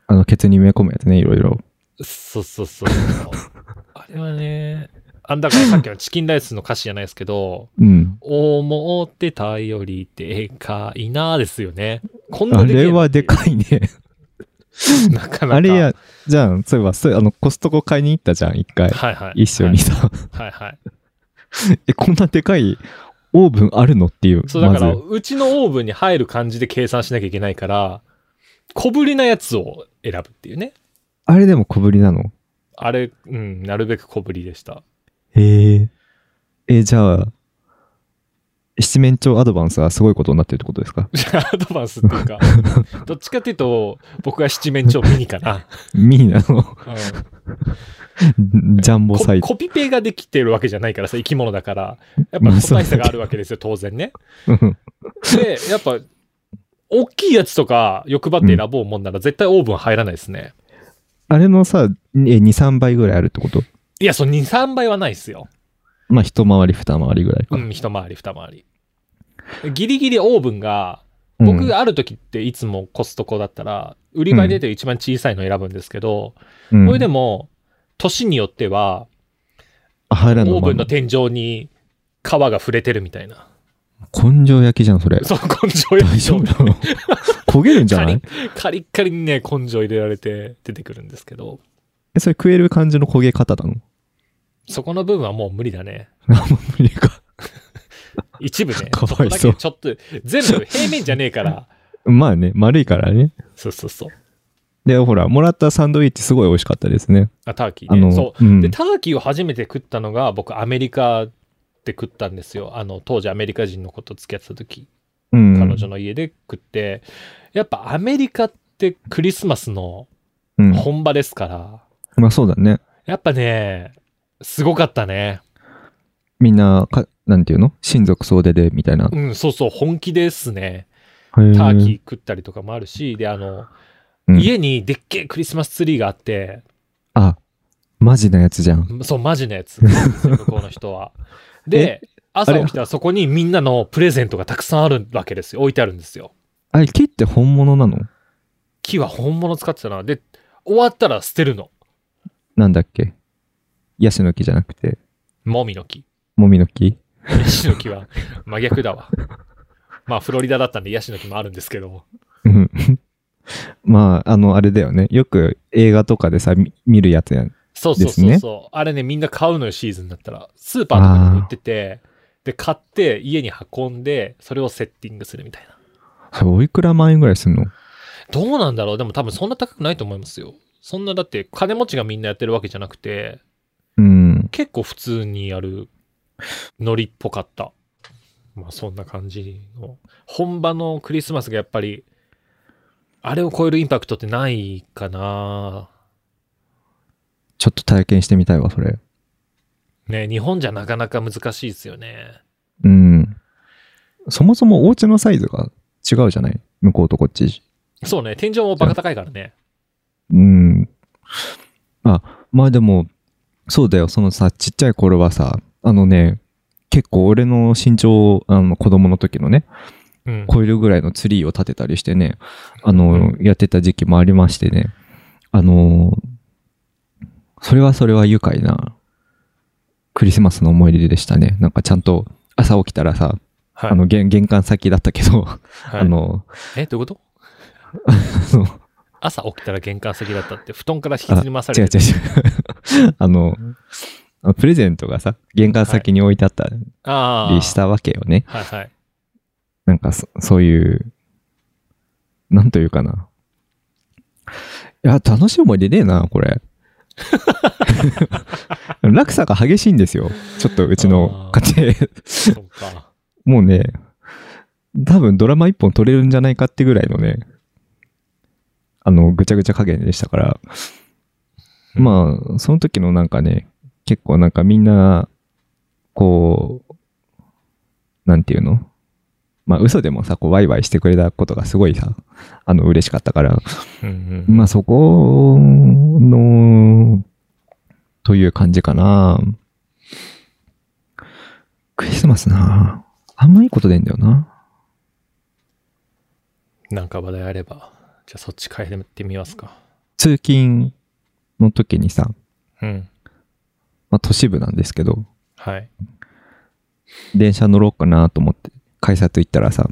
Speaker 1: あの、ケツに埋め込むやつね、いろいろ。
Speaker 2: そうそう そう。あれはね、あんだからさっきのチキンライスの歌詞じゃないですけど、
Speaker 1: うん。
Speaker 2: 思ってたよりでかいなですよね。こんな
Speaker 1: あ
Speaker 2: でけえ
Speaker 1: れはでかいね。
Speaker 2: なかなか。
Speaker 1: あれや、じゃあ、そういえば、そうあの、コストコ買いに行ったじゃん、一回。
Speaker 2: はいはい。
Speaker 1: 一緒に
Speaker 2: は
Speaker 1: さ、
Speaker 2: い。はいはい。
Speaker 1: え、こんなでかいオーブンあるのっていう。
Speaker 2: そうだから、
Speaker 1: まず
Speaker 2: うちのオーブンに入る感じで計算しなきゃいけないから、小ぶりなやつを選ぶっていうね。
Speaker 1: あれでも小ぶりなの
Speaker 2: あれ、うん、なるべく小ぶりでした。
Speaker 1: へえ。え、じゃあ、七面鳥アドバンスはすごいことになってるってことですか
Speaker 2: アドバンスって いうか、どっちかっていうと、僕は七面鳥ミニかな。
Speaker 1: ミーナ の
Speaker 2: うん
Speaker 1: ジャンボ
Speaker 2: コ
Speaker 1: サイズ。
Speaker 2: コピペができてるわけじゃないからさ、生き物だから。やっぱ
Speaker 1: まあ
Speaker 2: 個体
Speaker 1: そ
Speaker 2: 差が
Speaker 1: うだけど
Speaker 2: あるわけですよ、当然ね。
Speaker 1: うん
Speaker 2: で、やっぱ、大きいやつとか欲張って選ぼうもんなら絶対オーブン入らないですね。
Speaker 1: あれのさ、え2、3倍ぐらいあるってこと
Speaker 2: いや、その2、3倍はないですよ。
Speaker 1: まあ、一回り二回りぐらいか。
Speaker 2: うん、一回り二回り。ギリギリオーブンが、
Speaker 1: う
Speaker 2: 僕
Speaker 1: ん
Speaker 2: がある時っていつもコストコだったら、売り場に出てる一番小さいの選ぶんですけど、
Speaker 1: うん
Speaker 2: これでも、年によっては、
Speaker 1: あ入
Speaker 2: オ
Speaker 1: らんの
Speaker 2: ーブンの
Speaker 1: ま
Speaker 2: 天井に皮が触れてるみたいな。
Speaker 1: あ根性焼きじゃん、それ。
Speaker 2: そう、根性
Speaker 1: 大丈夫 なの焦げるんじゃない
Speaker 2: カリッカリにね、根性入れられて出てくるんですけど、
Speaker 1: えそれ食える感じの焦げ方なの
Speaker 2: そこの部分はもう無理だね。
Speaker 1: あんま無理か。
Speaker 2: 一部ね。
Speaker 1: かわいそう
Speaker 2: こだけちょっと、全 部平面じゃねえから。
Speaker 1: まあね、丸いからね。
Speaker 2: そうそうそう。
Speaker 1: で、ほら、もらったサンドイッチすごい美味しかったですね。
Speaker 2: あ、ターキー
Speaker 1: あ
Speaker 2: ね。
Speaker 1: の、
Speaker 2: そう。
Speaker 1: ん
Speaker 2: で、ターキーを初めて食ったのが、僕、アメリカで食ったんですよ。あの、当時アメリカ人の子と付き合ってた時、
Speaker 1: うん
Speaker 2: 彼女の家で食って、やっぱアメリカってクリスマスの
Speaker 1: うん。
Speaker 2: 本場ですから、
Speaker 1: まあそうだね。
Speaker 2: やっぱね、すごかったね。
Speaker 1: みんな、かなんていうの親族総出で、みたいな。
Speaker 2: うん、そうそう、本気ですね。
Speaker 1: タ
Speaker 2: ターキー食ったりとかもあるし、で、あの、
Speaker 1: うん
Speaker 2: 家にでっけえクリスマスツリーがあって、
Speaker 1: あ、マジなやつじゃん。
Speaker 2: そう、マジの やつ。向こうの人は。で、朝起きたらそこにみんなのプレゼントがたくさんあるわけですよ。置いてあるんですよ。
Speaker 1: あれ、木って本物なの
Speaker 2: 木は本物使ってたな。で、終わったら捨てるの。
Speaker 1: なんだっけヤシの木じゃなくて、
Speaker 2: もみの 木。
Speaker 1: もみの木
Speaker 2: ヤシの木は真逆だわ。まあ、フロリダだったんでヤシの木もあるんですけど。
Speaker 1: うん。 まあ、あの、あれだよね。よく映画とかでさ、み見るやつやん。
Speaker 2: そうそうそうそう、あれね、みんな買うのよ、シーズンだったら。スーパーとかにも売ってて、で、買って家に運んで、それをセッティングするみたいな。
Speaker 1: それおいくら万円ぐらいすんの
Speaker 2: どうなんだろうでも多分そんな高くないと思いますよ。そんなだって金持ちがみんなやってるわけじゃなくて、
Speaker 1: うん。
Speaker 2: 結構普通にやるノリっぽかった。まあそんな感じの。本場のクリスマスがやっぱり、あれを超えるインパクトってないかな。
Speaker 1: ちょっと体験してみたいわ、それ。
Speaker 2: ね日本じゃなかなか難しいですよね。
Speaker 1: うん。そもそもお家のサイズが違うじゃない向こうとこっち。
Speaker 2: そうね、天井もバカ高いからね。
Speaker 1: うん。あ、まあでも、そうだよ。そのさ、ちっちゃい頃はさ、あのね、結構俺の身長、あの子供の時のね、
Speaker 2: うん。
Speaker 1: 超えるぐらいのツリーを立てたりしてね、あの、やってた時期もありましてね、あの、それはそれは愉快なクリスマスの思い出でしたね。なんかちゃんと朝起きたらさ、
Speaker 2: はい
Speaker 1: あの玄玄関先だったけど、
Speaker 2: はい
Speaker 1: あの、
Speaker 2: え、どういうこと
Speaker 1: あの
Speaker 2: 朝起きたら玄関先だったって、布団から引きずり回され
Speaker 1: 違う
Speaker 2: て
Speaker 1: 違う違う。 あの、あのプレゼントがさ、玄関先に置いてあった
Speaker 2: ああ。
Speaker 1: りしたわけよね。
Speaker 2: はい はい。
Speaker 1: なんかそ、そういう、なんというかな。いや、楽しい思い出ねえな、これ。落差が激しいんですよ。ちょっとうちの家庭。
Speaker 2: そうか。
Speaker 1: もうね、多分ドラマ一本撮れるんじゃないかってぐらいのね、あの、ぐちゃぐちゃ加減でしたから、
Speaker 2: うん
Speaker 1: まあ、その時のなんかね、結構なんかみんな、こう、なんていうのまあ、嘘でもさ、こう、ワイワイしてくれたことがすごいさ、あの、嬉しかったから、
Speaker 2: うんうん
Speaker 1: まあ、そこの、という感じかな。クリスマスなあんまいいことでんだよな。
Speaker 2: なんか話題あれば、じゃあそっち変えてみますか。
Speaker 1: 通勤の時にさ、
Speaker 2: うん。
Speaker 1: まあ、都市部なんですけど、
Speaker 2: はい。
Speaker 1: 電車乗ろうかなと思って、改札行ったらさ、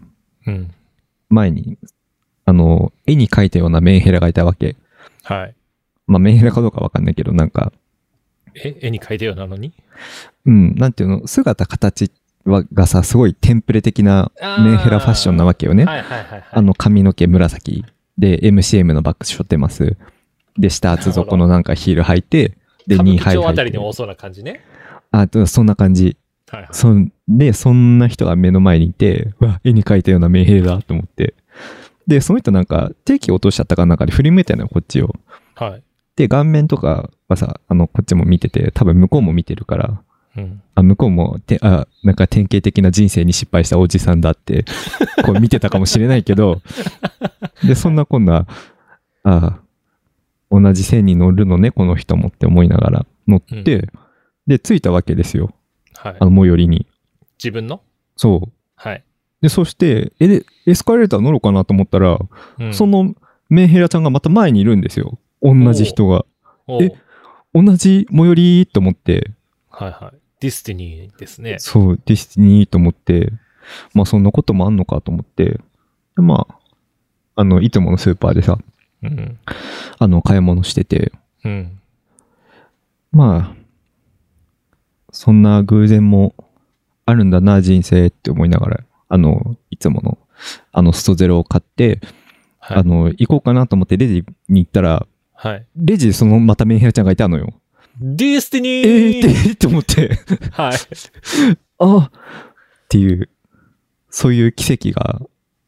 Speaker 2: うん。
Speaker 1: 前に、あの、絵に描いたようなメンヘラがいたわけ。
Speaker 2: はい。
Speaker 1: まあ、メンヘラかどうかわかんないけど、なんか、
Speaker 2: え、絵に描いたようなのに
Speaker 1: うん、なんていうの、姿形はがさ、すごいテンプレ的なメンヘラファッションなわけよね。
Speaker 2: いはいはい、はい
Speaker 1: あの、髪の毛紫で、MCM のバッグ背負ってます。で、下厚底のなんかヒール履いて、で、
Speaker 2: 歌舞
Speaker 1: ニー
Speaker 2: 伎
Speaker 1: ハイ
Speaker 2: 町
Speaker 1: 履
Speaker 2: あ
Speaker 1: い
Speaker 2: たりに
Speaker 1: て。
Speaker 2: 多そうな感じね。
Speaker 1: あ、そんな感じ。
Speaker 2: はいはい
Speaker 1: そんで、そんな人が目の前にいて、うわ、絵に描いたような名兵だと思って。で、その人なんか、定期落としちゃったかなんかで振り向いたのよ、こっちを。
Speaker 2: はい。
Speaker 1: で、顔面とかはさ、あの、こっちも見てて、多分向こうも見てるから、
Speaker 2: うん。
Speaker 1: あ、向こうも、てあ、なんか典型的な人生に失敗したおじさん だって、こう見てたかもしれないけど、で、そんなこんな、あ同じ線に乗るのね、この人もって思いながら乗って、
Speaker 2: う
Speaker 1: で、着いたわけですよ。
Speaker 2: はい
Speaker 1: あ。の、最寄りに。
Speaker 2: 自分の
Speaker 1: そう。
Speaker 2: はい。
Speaker 1: で、そして、え、でエスカレーター乗ろうかなと思ったら、
Speaker 2: うん
Speaker 1: そのメンヘラちゃんがまた前にいるんですよ。同じ人が。
Speaker 2: おう
Speaker 1: え同じ最寄りと思って、
Speaker 2: はいはい。ディスティニーですね。
Speaker 1: そう、ディスティニーと思って、まあそんなこともあんのかと思って、でまあ、あの、いつものスーパーでさ、
Speaker 2: うん。
Speaker 1: あの、買い物してて、
Speaker 2: うん。
Speaker 1: まあ、そんな偶然もあるんだな、人生って思いながら、あの、いつもの、あの、ストゼロを買って、
Speaker 2: はい。
Speaker 1: あの、行こうかなと思ってレジに行ったら、
Speaker 2: はい。
Speaker 1: レジでそのまたメンヘラちゃんがいたのよ。
Speaker 2: ディスティニ
Speaker 1: え
Speaker 2: ー
Speaker 1: ー、って、 って思って、
Speaker 2: はい。
Speaker 1: あっていう、そういう奇跡が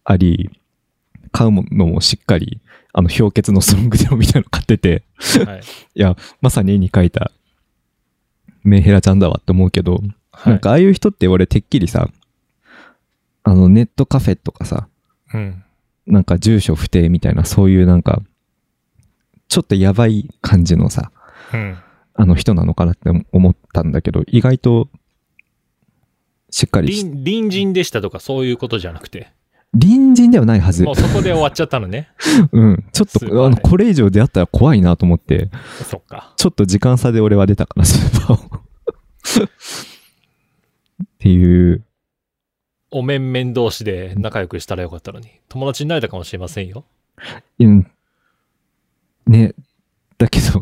Speaker 1: あり、買うものもしっかり、あの、氷結のソングゼロみたいなの買ってて、
Speaker 2: はい。
Speaker 1: いや、まさに絵に描いたメンヘラちゃんだわって思うけど、
Speaker 2: はい
Speaker 1: なんかああいう人って俺てっきりさ、あの、ネットカフェとかさ、
Speaker 2: うん。
Speaker 1: なんか住所不定みたいな、そういうなんか、ちょっとやばい感じのさ、
Speaker 2: うん。
Speaker 1: あの人なのかなって思ったんだけど、意外と、しっかりし、
Speaker 2: 隣隣人でしたとかそういうことじゃなくて、
Speaker 1: 隣人ではないはず
Speaker 2: もう。そこで終わっちゃったのね。
Speaker 1: うん。ちょっ
Speaker 2: スーパー
Speaker 1: と、あの、
Speaker 2: で
Speaker 1: これ以上出会ったら怖いなと思って、
Speaker 2: そっか。
Speaker 1: ちょっと時間差で俺は出たから、 スーパーを。っていう、
Speaker 2: お面々同士で仲良くしたらよかったのに、友達になれたかもしれませんよ。
Speaker 1: うん。ね、だけど、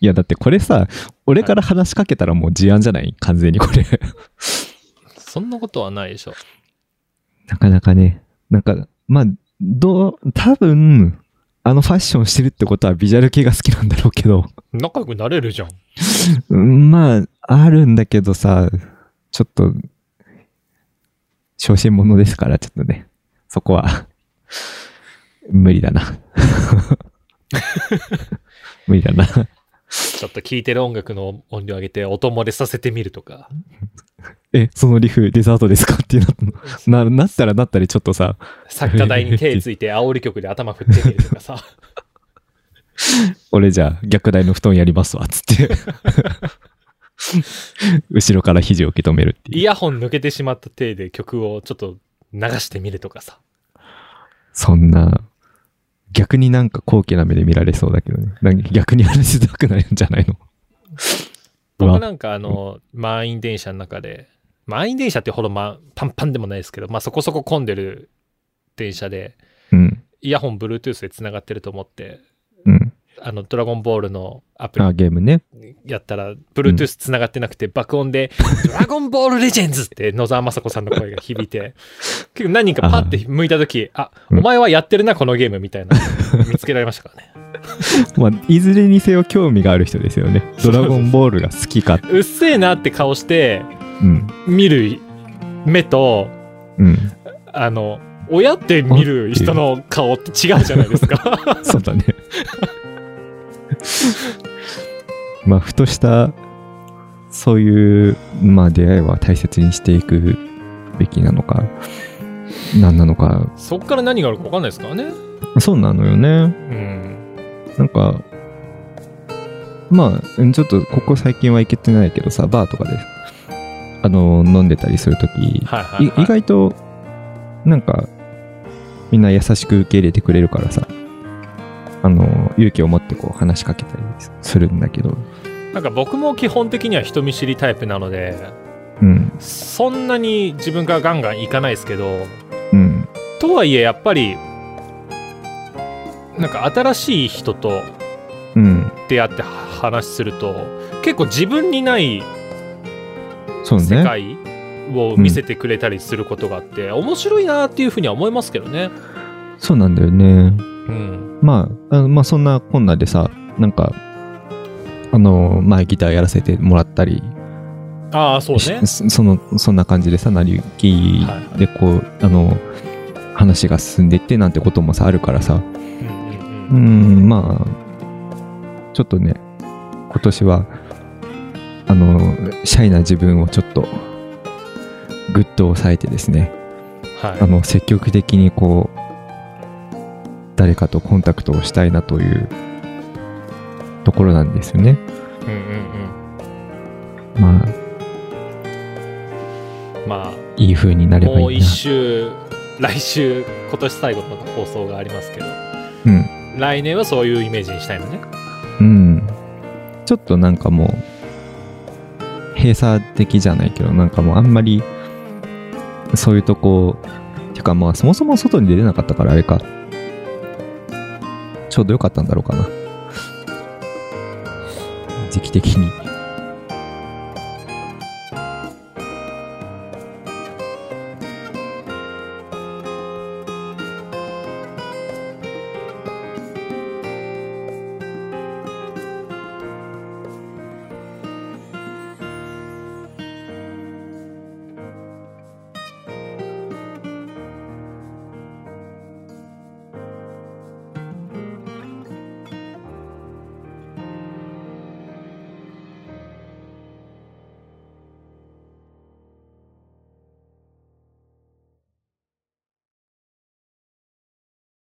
Speaker 1: いや、だってこれさ、俺から話しかけたらもう事案じゃない完全にこれ。
Speaker 2: そんなことはないでしょ。
Speaker 1: なかなかね、なんか、まあ、どう、多分、あのファッションしてるってことはビジュアル系が好きなんだろうけど、
Speaker 2: 仲良くなれるじゃん。
Speaker 1: うんまあ、あるんだけどさ、ちょっと、小心者ですから、ちょっとね、そこは、無理だな。 無理だな。
Speaker 2: ちょっと聴いてる音楽の音量上げて音漏れさせてみるとか。
Speaker 1: え、そのリフ、デザートですかってなったのななったらなったり、ちょっとさ、
Speaker 2: 作家台に手ついて煽り曲で頭振ってみるとか さ。
Speaker 1: 俺じゃあ逆台の布団やりますわ、つって。 後ろから肘を受け止めるっていう。
Speaker 2: イヤホン抜けてしまった体で曲をちょっと流してみるとかさ。
Speaker 1: そんな、逆になんか高貴な目で見られそうだけどね。なんか逆に話しづらくなるんじゃないのう
Speaker 2: 僕
Speaker 1: わ、
Speaker 2: なんかあの、満員電車の中で、満員電車ってほど、ま、パンパンでもないですけど、まあそこそこ混んでる電車で、
Speaker 1: うん、
Speaker 2: イヤホン Bluetooth で繋がってると思って、
Speaker 1: うん。
Speaker 2: あの、ドラゴンボールのアプ
Speaker 1: あ、ゲームね。
Speaker 2: リやったら、Bluetooth 繋がってなくて、爆音で、ドラゴンボールレジェンズって野沢雅子さんの声が響いて、結構何人かパッて向いた時あ
Speaker 1: うん
Speaker 2: お前はやってるな、このゲームみたいな、見つけられましたからね。
Speaker 1: まあ、いずれにせよ興味がある人ですよね。ドラゴンボールが好きか。
Speaker 2: うっせえなって顔して、
Speaker 1: うん、
Speaker 2: 見る目と、
Speaker 1: うん。
Speaker 2: あの、親って見る人の顔って違うじゃないですか。
Speaker 1: そうだね。まあ、ふとした、そういう、まあ、出会いは大切にしていくべきなのか、何なのか、
Speaker 2: そっから何があるか分かんないですからね。
Speaker 1: そうなのよね。
Speaker 2: うん。
Speaker 1: なんか、まあ、うんちょっと、ここ最近は行けてないけどさ、バーとかで、あの、飲んでたりするとき、
Speaker 2: はいはいい、はい。
Speaker 1: 意外と、なんか、みんな優しく受け入れてくれるからさ、あの、勇気を持ってこう話しかけたりするんだけど、
Speaker 2: なんか僕も基本的には人見知りタイプなので、
Speaker 1: うん、
Speaker 2: そんなに自分からガンガン行かないですけど、
Speaker 1: うん、
Speaker 2: とはいえやっぱり、なんか新しい人と
Speaker 1: うん、
Speaker 2: 出会って話すると、結構自分にない
Speaker 1: そう
Speaker 2: 世
Speaker 1: ね。
Speaker 2: 界を見せてくれたりすることがあって、面白いなっていうふうには思いますけどね。
Speaker 1: そうなんだよね。
Speaker 2: うん。
Speaker 1: まあ、あのまあ、そんなこんなでさ、なんか、あの、まあ、ギターやらせてもらったり
Speaker 2: ああそうね
Speaker 1: そそのそんな感じでさ成り行き
Speaker 2: はいはい
Speaker 1: でこう、あの話が進んでいってなんてこともさあるからさ
Speaker 2: うんうん
Speaker 1: う
Speaker 2: うん
Speaker 1: んまあちょっとね今年はあのシャイな自分をちょっとグッと抑えてですね
Speaker 2: はい
Speaker 1: あの積極的にこう誰かとコンタクトをしたいなというところなんですよね。
Speaker 2: うんうん
Speaker 1: まあ
Speaker 2: うんまあ
Speaker 1: いい風になればい
Speaker 2: もう
Speaker 1: い
Speaker 2: 一
Speaker 1: な。
Speaker 2: 週来週今年最後の放送がありますけど
Speaker 1: うん
Speaker 2: 来年はそういうイメージにしたいのね
Speaker 1: うん。ちょっとなんかもう、閉鎖的じゃないけど、なんかもうあんまり、そういうとこ、てかまあそもそも外に出れなかったからあれか、ちょうどよかったんだろうかな。時期的に。